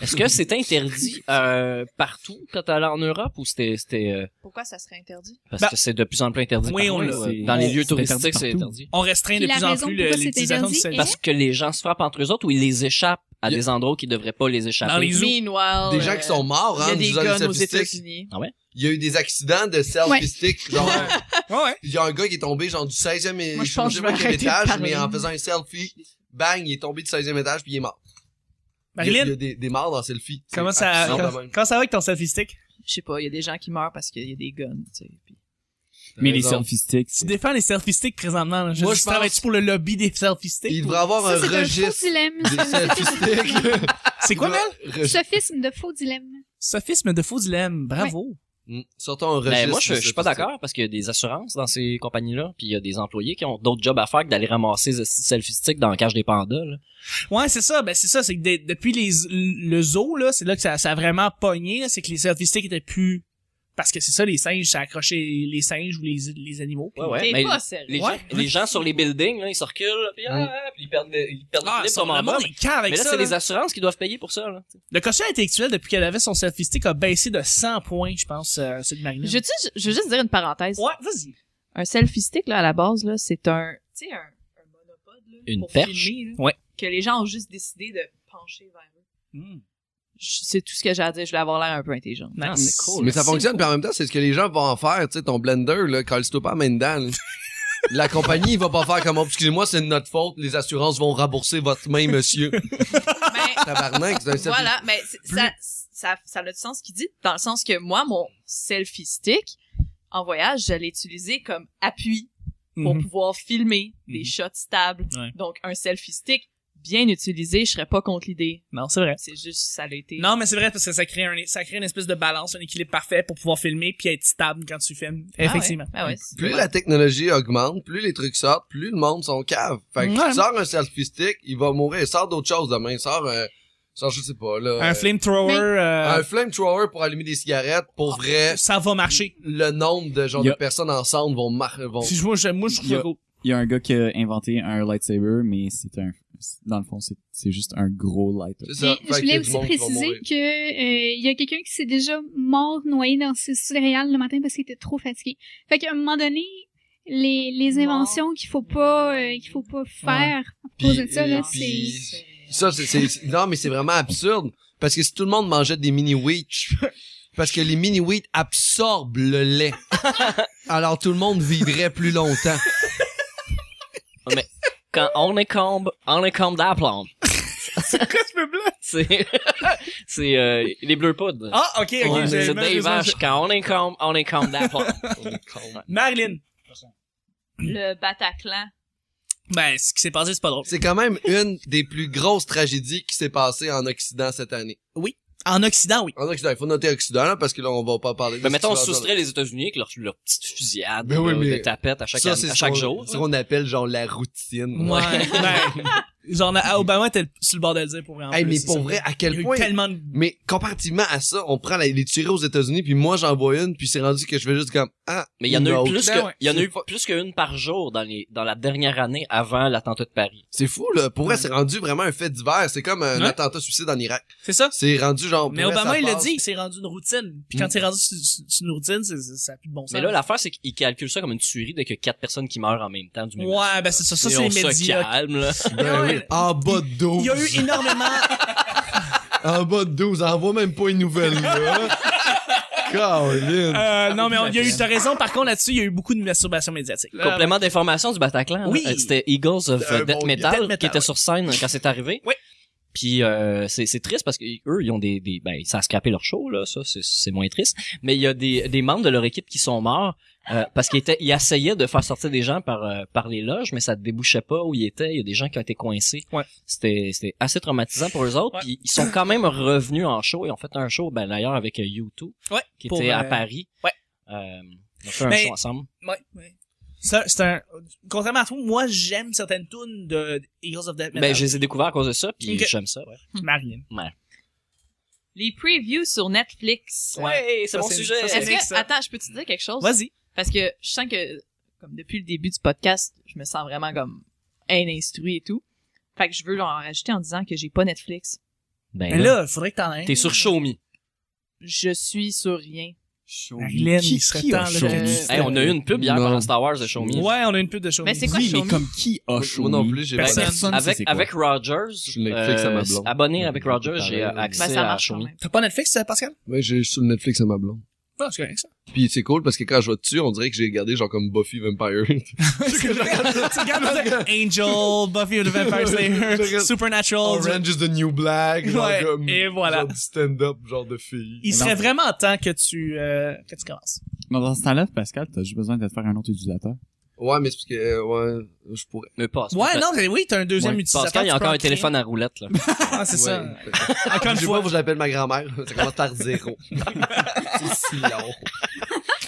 Est-ce que c'est interdit euh, partout quand t'es allé en Europe ou c'était c'était euh, Pourquoi ça serait interdit parce Bah, que c'est de plus en plus interdit oui, partout, on l'a. euh, dans les On- lieux c'est interdit touristiques c'est partout. interdit On restreint de Puis la plus en raison plus le- pourquoi c'est l'utilisation du interdit hein? selfie est- parce que les gens se frappent entre eux autres ou ils les échappent à Il y a- des endroits qui devraient pas les échapper. Dans les zoos. Meanwhile, Des euh, gens qui sont morts, il y hein, a des en usant guns aux des selfie sticks. États-Unis. Il y a eu des accidents de selfie Ouais. stick, genre, Ah Ouais, ouais. il y a un gars qui est tombé, genre, du 16e et, Moi, je pense que je vais quel arrêter de étage, parler. mais en faisant un selfie, bang, il est tombé du 16e étage puis il est mort. Il y a, il y Marilyn, a des, des morts dans selfie. comment C'est ça, absurde de comment, même. comment ça va avec ton selfie stick? Je sais pas, il y a des gens qui meurent parce qu'il y a des guns, tu sais. puis- Mais les Raison. selfie sticks. Tu défends les selfie sticks présentement, là. Je, Moi, tu je pense- travailles-tu pour le lobby des selfie sticks? Il devrait avoir Ça, un c'est un faux registre dilemme. des selfie <laughs> sticks. C'est quoi, Mel? Sophisme de faux dilemme. Sophisme de faux dilemme. Bravo. Mm. Sortons un registre. Mais Ben, moi je, je suis pas des selfie d'accord parce qu'il y a des assurances dans ces compagnies là puis il y a des employés qui ont d'autres jobs à faire que d'aller ramasser des selfie sticks dans la cage des pandas. là. Ouais, c'est ça. Ben, c'est ça. C'est que de- depuis les, le zoo, là, c'est là que ça, ça a vraiment pogné. là, C'est que les selfie sticks étaient plus, parce que c'est ça, les singes, ça accrochait les singes ou les, les animaux. Ah Ouais, ouais. T'es Mais pas sérieux. les, Ouais. Hein? gens, les gens sur les buildings là, ils circulent puis, ah, ah, puis ils perdent le- ils perdent le Ah, clip ça, comme en le bas. monde est cave avec Mais là ça. c'est là. les assurances qui doivent payer pour ça là. Le quotient intellectuel, depuis qu'elle avait son selfie stick, a baissé de 100 points, je pense, euh, celui de Marilyn. Je, veux juste- je veux juste dire une parenthèse. Ouais, vas-y. Un selfie stick, là, à la base, là, c'est un, tu sais, un, un monopode, là. Une pour perche. filmer, là, Ouais. Que les gens ont juste décidé de pencher vers eux. Mm. Je- C'est tout ce que j'ai à dire. Je voulais avoir l'air un peu intelligent. Non, Hmm. Ah, c'est cool. Mais ça fonctionne, puis en même temps, c'est ce que les gens vont en faire, tu sais, ton blender, là, quand le pas en main dedans, là. La compagnie, il va pas faire comme, oh, excusez-moi, c'est de notre faute, les assurances vont rembourser votre main, monsieur. Mais, Tabarnak, c'est un selfie- voilà. Mais c'est- ça, ça, ça a du sens ce qu'il dit, dans le sens que moi, mon selfie stick, en voyage, je l'ai utilisé comme appui pour Mhm. pouvoir filmer Mhm. des shots stables. Ouais. Donc, un selfie stick bien utilisé, je serais pas contre l'idée. Non, c'est vrai. C'est juste, ça a été. Non, mais c'est vrai parce que ça crée un, ça crée une espèce de balance, un équilibre parfait pour pouvoir filmer puis être stable quand tu filmes. Ah ouais. Effectivement. Ah ouais, c'est- Plus la technologie augmente, plus les trucs sortent, plus le monde sont cave. Fait que Ouais. tu sors un selfie stick, il va mourir. Sors d'autres choses demain. Sors un, sors, je sais pas, là. Un euh, flamethrower, Mais- euh, un flamethrower pour allumer des cigarettes. Pour vrai, ça va marcher. le nombre de, genre, Y a- de personnes ensemble vont, mar- vont Si je- moi, je, moi, je trouve Il y a- ça cool. Il y a un gars qui a inventé un lightsaber, mais c'est un, dans le fond, c'est, c'est juste un gros lighter. C'est ça. Mais Fait je qu'il y a du voulais aussi monde qui va préciser mourir. que euh, il y a quelqu'un qui s'est déjà mort noyé dans ses céréales le matin parce qu'il était trop fatigué. Fait qu'à un moment donné, les, les Mort. inventions qu'il faut pas euh, qu'il faut pas faire à cause de Puis- euh, ça là, puis- c'est Ça, c'est, c'est- c'est- non, mais c'est vraiment absurde. Parce que si tout le monde mangeait des mini wheats, parce que les mini wheats absorbent le lait. Alors tout le monde vivrait plus longtemps. Quand on est combe, on est combe d'aplomb. <laughs> <laughs> C'est c'est euh, les bleus poudres. Ah, ok, ok. Ouais, j'ai- c'est moi, des je- vaches. Quand on est combe, on est combe d'aplomb. <laughs> Marilyn. le Bataclan. Ben, ce qui s'est passé, c'est pas drôle. c'est quand même une des plus grosses tragédies qui s'est passée en Occident cette année. En Occident, oui. En Occident, il faut noter Occident, là, parce que là, on va pas parler Mais de ce Bah, Ben, mettons, on qui se passe soustrait les États-Unis avec leur, leur petite fusillade Ben oui, là, mais- de tapettes à chaque, Ça, an- c'est à ce chaque qu'on- jour. Ce qu'on appelle, genre, la routine. <laughs> Ouais. ben, genre, à Obama était sur le bord de le dire pour vrai. en Hey, plus, mais c'est pour ça. vrai, à Il y quel a eu point... tellement de... Mais comparativement à ça, on prend la- les tirés aux États-Unis, puis moi j'en vois une, puis c'est rendu que je vais juste comme ah. Mais il y en a eu no. plus Ben que, ouais. il y en a eu C'est pas- plus qu'une par jour dans les, dans la dernière année avant l'attentat de Paris. C'est fou là. Pour vrai, c'est rendu vraiment un fait divers. C'est comme euh, un Ouais. attentat suicide en Irak. C'est ça? C'est rendu genre. pour Mais vrai, Obama, ça il l'a passe. dit, c'est rendu une routine. Puis quand Mm. c'est rendu sur- sur sur une routine, c'est- c'est- ça a plus de bon sens. Mais là, l'affaire, c'est qu'ils calculent ça comme une tuerie dès que quatre personnes qui meurent en même temps du même Ouais, ben c'est ça, ça Et c'est on les se médias. calme, là. Ben Ouais. oui, En bas de 12. Il y a <laughs> eu énormément... <laughs> En bas de 12. Envoie même pas une nouvelle là. Caroline. Euh, non, mais on- il y a eu, t'as raison, par contre, là-dessus, il y a eu beaucoup de masturbation médiatique. Complément d'information du Bataclan. Euh, Oui. là. Euh, C'était Eagles of Euh, euh, Death bon, Metal, Death Metal, qui était oui. sur scène quand c'est arrivé. Oui. Puis euh, c'est c'est triste parce que eux ils ont des, des ben ça a scrappé leur show là ça c'est- c'est moins triste mais il y a des, des membres de leur équipe qui sont morts euh, parce qu'ils étaient ils essayaient de faire sortir des gens par euh, par les loges mais ça débouchait pas où ils étaient il y a des gens qui ont été coincés Ouais. c'était c'était assez traumatisant pour eux autres Ouais. puis ils sont quand même revenus en show ils ont fait un show ben d'ailleurs avec euh, U2 Ouais, qui pour, était à euh, Paris ouais. euh, ils ont fait un Mais- show ensemble Ouais, ouais. Ça, c'est un, contrairement à toi, moi, j'aime certaines tunes de Eagles of Death Metal. Ben, je les ai découverts à cause de ça, puis Ok. j'aime ça. Ouais, Marilyn. Les previews sur Netflix. ça, c'est- ça, c'est Est-ce vrai, que, ça. attends, je peux te dire quelque chose? Vas-y. Parce que je sens que, comme depuis le début du podcast, je me sens vraiment comme ininstruit et tout. Fait que je veux leur en rajouter en disant que j'ai pas Netflix. Ben, Mais là, ben faudrait que t'en aies. t'es sur Xiaomi. Je suis sur rien. Marilyn, il serait temps, là, Xiaomi? de- Hey, on a eu une pub hier Non. pendant Star Wars de Xiaomi. Ouais, on a une pub de show. Mais c'est quoi oui, mais Xiaomi? comme qui a Moi Xiaomi? non plus, j'ai pas. Personne. ne Avec, sait quoi. avec Rogers, euh, Je Netflix à ma blonde. abonné avec Rogers, j'ai euh, Ben, accès Ben, ça à marche quand Xiaomi. même. T'as pas Netflix, euh, Pascal? Ouais, j'ai sur le Netflix à ma blonde. Non, c'est <laughs> correct, ça. Puis c'est cool parce que quand je vais dessus, on dirait que j'ai regardé genre comme Buffy <laughs> Vampire. Tu <laughs> regardes- Angel, Buffy the Vampire Slayer, Supernatural. Orange is the New Black, genre Ouais, comme et voilà. genre du stand-up, genre de fille. Il serait vraiment temps que tu, euh, que tu commences. Mais dans ce temps-là, Pascal, t'as juste besoin de te faire un autre utilisateur. Ouais, mais c'est parce que, euh, ouais, je pourrais. Mais Euh, pas. c'est Ouais, pas- non, mais oui, t'as un deuxième Ouais. utilisateur. Pascal, il y a tu peux encore un en créer. téléphone à roulette, là. Ah, c'est ça. Je <laughs> Encore une sais pas, fois. faut que j'appelle ma grand-mère. Ça commence par <laughs> zéro. c'est si long.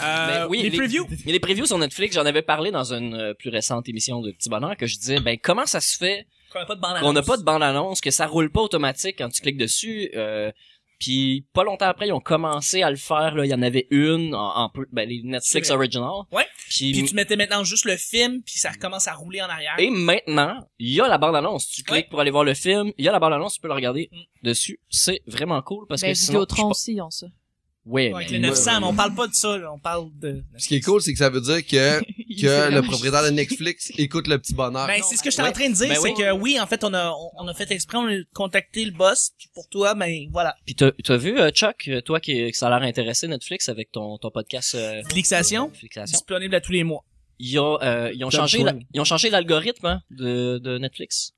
Euh, Mais oui, les, previews. Mais les previews sur Netflix, j'en avais parlé dans une euh, plus récente émission de Petit Bonheur que je disais, ben, comment ça se fait Qu'on a pas de bande qu'on n'a pas de bande-annonce, que ça roule pas automatique quand tu cliques dessus. Euh, puis pas longtemps après, ils ont commencé à le faire. Là, il y en avait une en, en peu- ben, les Netflix C'est vrai. Original. Ouais. Puis, Puis tu mettais maintenant juste le film, puis ça recommence à rouler en arrière. et maintenant, il y a la bande-annonce. Tu cliques Ouais. Mm. pour aller voir le film. Il y a la bande-annonce. Tu peux la regarder dessus. C'est vraiment cool parce Ben, que sinon, je suis Vidéotron pas- aussi, ils <laughs> ont ça. Ouais, avec mais- les 900, mais on parle pas de ça, là, on parle de... Ce qui est cool, c'est que ça veut dire que, que le propriétaire de <laughs> Netflix écoute le petit bonheur. Ben, c'est ce que j'étais en train de dire, Ah, Ben c'est oui. que oui, en fait, on a, on, on a fait exprès, on a contacté le boss, puis pour toi, ben voilà. Puis t'as t'as vu euh, Chuck, euh, toi qui que ça a l'air intéressé Netflix avec ton ton podcast. euh, Flixation, Flixation. disponible à tous les mois. ils ont euh, ils ont Top changé la- choix. ils ont changé l'algorithme hein, de, de Netflix.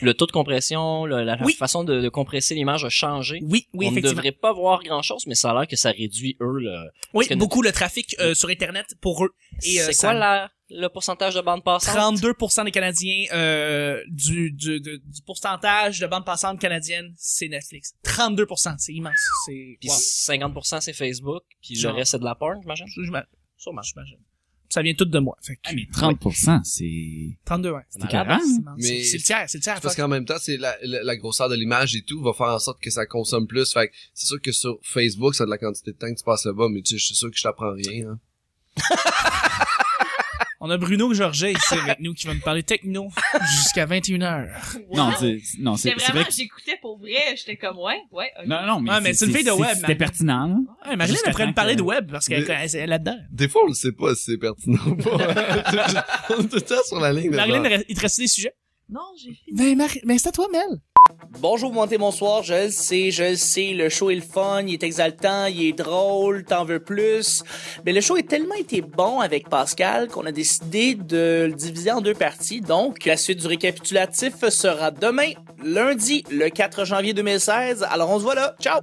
Le taux de compression, le- la, la Oui. façon de, de compresser l'image a changé. Oui, oui, on ne effectivement. devrait pas voir grand chose, mais ça a l'air que ça réduit eux le. Oui, parce que beaucoup le trafic euh, sur Internet pour eux. Et, euh, c'est ça- quoi la, le pourcentage de bande passante 32% des Canadiens euh, du, du, du, du pourcentage de bande passante canadienne, c'est Netflix. 32%, c'est immense. C'est Puis wow. 50% c'est Facebook, puis le Genre. reste c'est de la porn, j'imagine. J'imagine. Sûrement, j'imagine. Ça vient tout de moi. Fait que- 30%, c'est... 32, ouais. Ah, C'est hein? carré. C'est immense. Mais- C'est le tiers, c'est le tiers. C'est parce qu'en même temps, c'est la, la, la grosseur de l'image et tout va faire en sorte que ça consomme plus. Fait que c'est sûr que sur Facebook, ça a de la quantité de temps que tu passes là-bas, mais tu sais, je suis sûr que je t'apprends rien. Hein. On a Bruno Georget ici avec nous qui va nous parler techno jusqu'à 21h. Non, dis- non, C'est c'est c'est vrai vraiment, que... j'écoutais pour vrai, j'étais comme, ouais, ouais. ok. Non, non, mais, Ouais, mais c'est une fille de web, C'était man. pertinent, là. Ah, imagine, Jusqu'à elle pourrait temps nous parler que- de web parce qu'elle Le- elle- elle est là-dedans. Des fois, on le sait pas si c'est pertinent ou pas. <laughs> on est tout le temps sur la ligne de Marilyn, il reste- il te reste des sujets? Non, j'ai fini. Ben, ben c'est à toi, Mel. Bonjour, bon matin, bonsoir, je le sais, je le sais, le show est le fun, il est exaltant, il est drôle, t'en veux plus. Mais le show a tellement été bon avec Pascal qu'on a décidé de le diviser en deux parties. Donc, la suite du récapitulatif sera demain, lundi, le 4 janvier 2016. Alors, on se voit là. Ciao!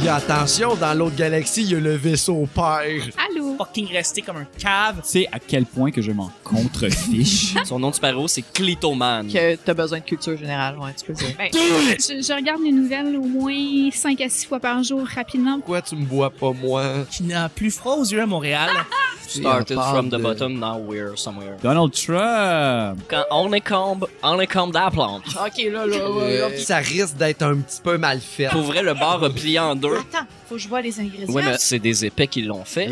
Il y a attention, dans l'autre galaxie, il y a le vaisseau père. Allô? Fucking rester comme un cave. Tu sais à quel point que je m'en <laughs> contrefiche. Son nom de super-héros c'est Clitoman. Que t'as besoin de culture générale, ouais, tu peux dire. Ben, Je, je regarde les nouvelles au moins 5 à 6 fois par jour rapidement. Pourquoi tu me vois pas, moi? Qui n'a plus froid aux yeux à Montréal. Ah, Started on parle from the de- bottom, now we're somewhere. Donald Trump! Quand on est combe, on est combe dans la plante. ok, là, là, ouais, là. Euh, Ça risque d'être un petit peu mal fait. Pour vrai, le bar a plié en deux. Attends, faut que je vois les ingrédients. Ouais, mais c'est des épais qui l'ont Mmh. fait.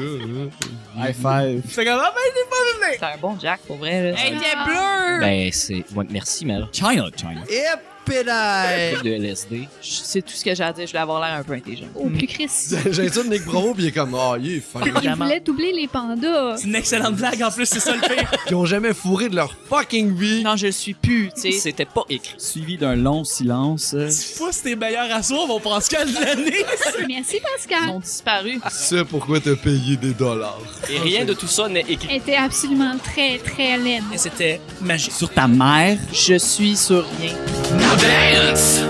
High five! C'est comme, ah, ben, C'est un bon Jack, pour vrai, là. Elle était Ben, c'est... ouais, merci, Mel. China, China. Hip! pédale! de LSD. C'est tout ce que j'ai à dire. Je vais avoir l'air un peu intelligent. Au plus Chris. <laughs> <laughs> J'insulte Nick Bravo, pis il est comme, ah, il est fucking. Il voulait doubler les <laughs> pandas. C'est une excellente blague, en plus, c'est ça le pire. Qui ont jamais fourré de leur fucking vie. Non, je le suis plus, tu sais. C'était pas écrit. Suivi d'un long silence. euh, tu pousses tes meilleurs à soi, mon Pascal de l'année. Merci Ils Pascal. ont disparu. C'est pourquoi t'as payé des dollars. Et rien de tout ça n'est écrit. Elle était absolument très, très laide. Et c'était magique. Sur ta mère. Je suis sur rien. Now dance.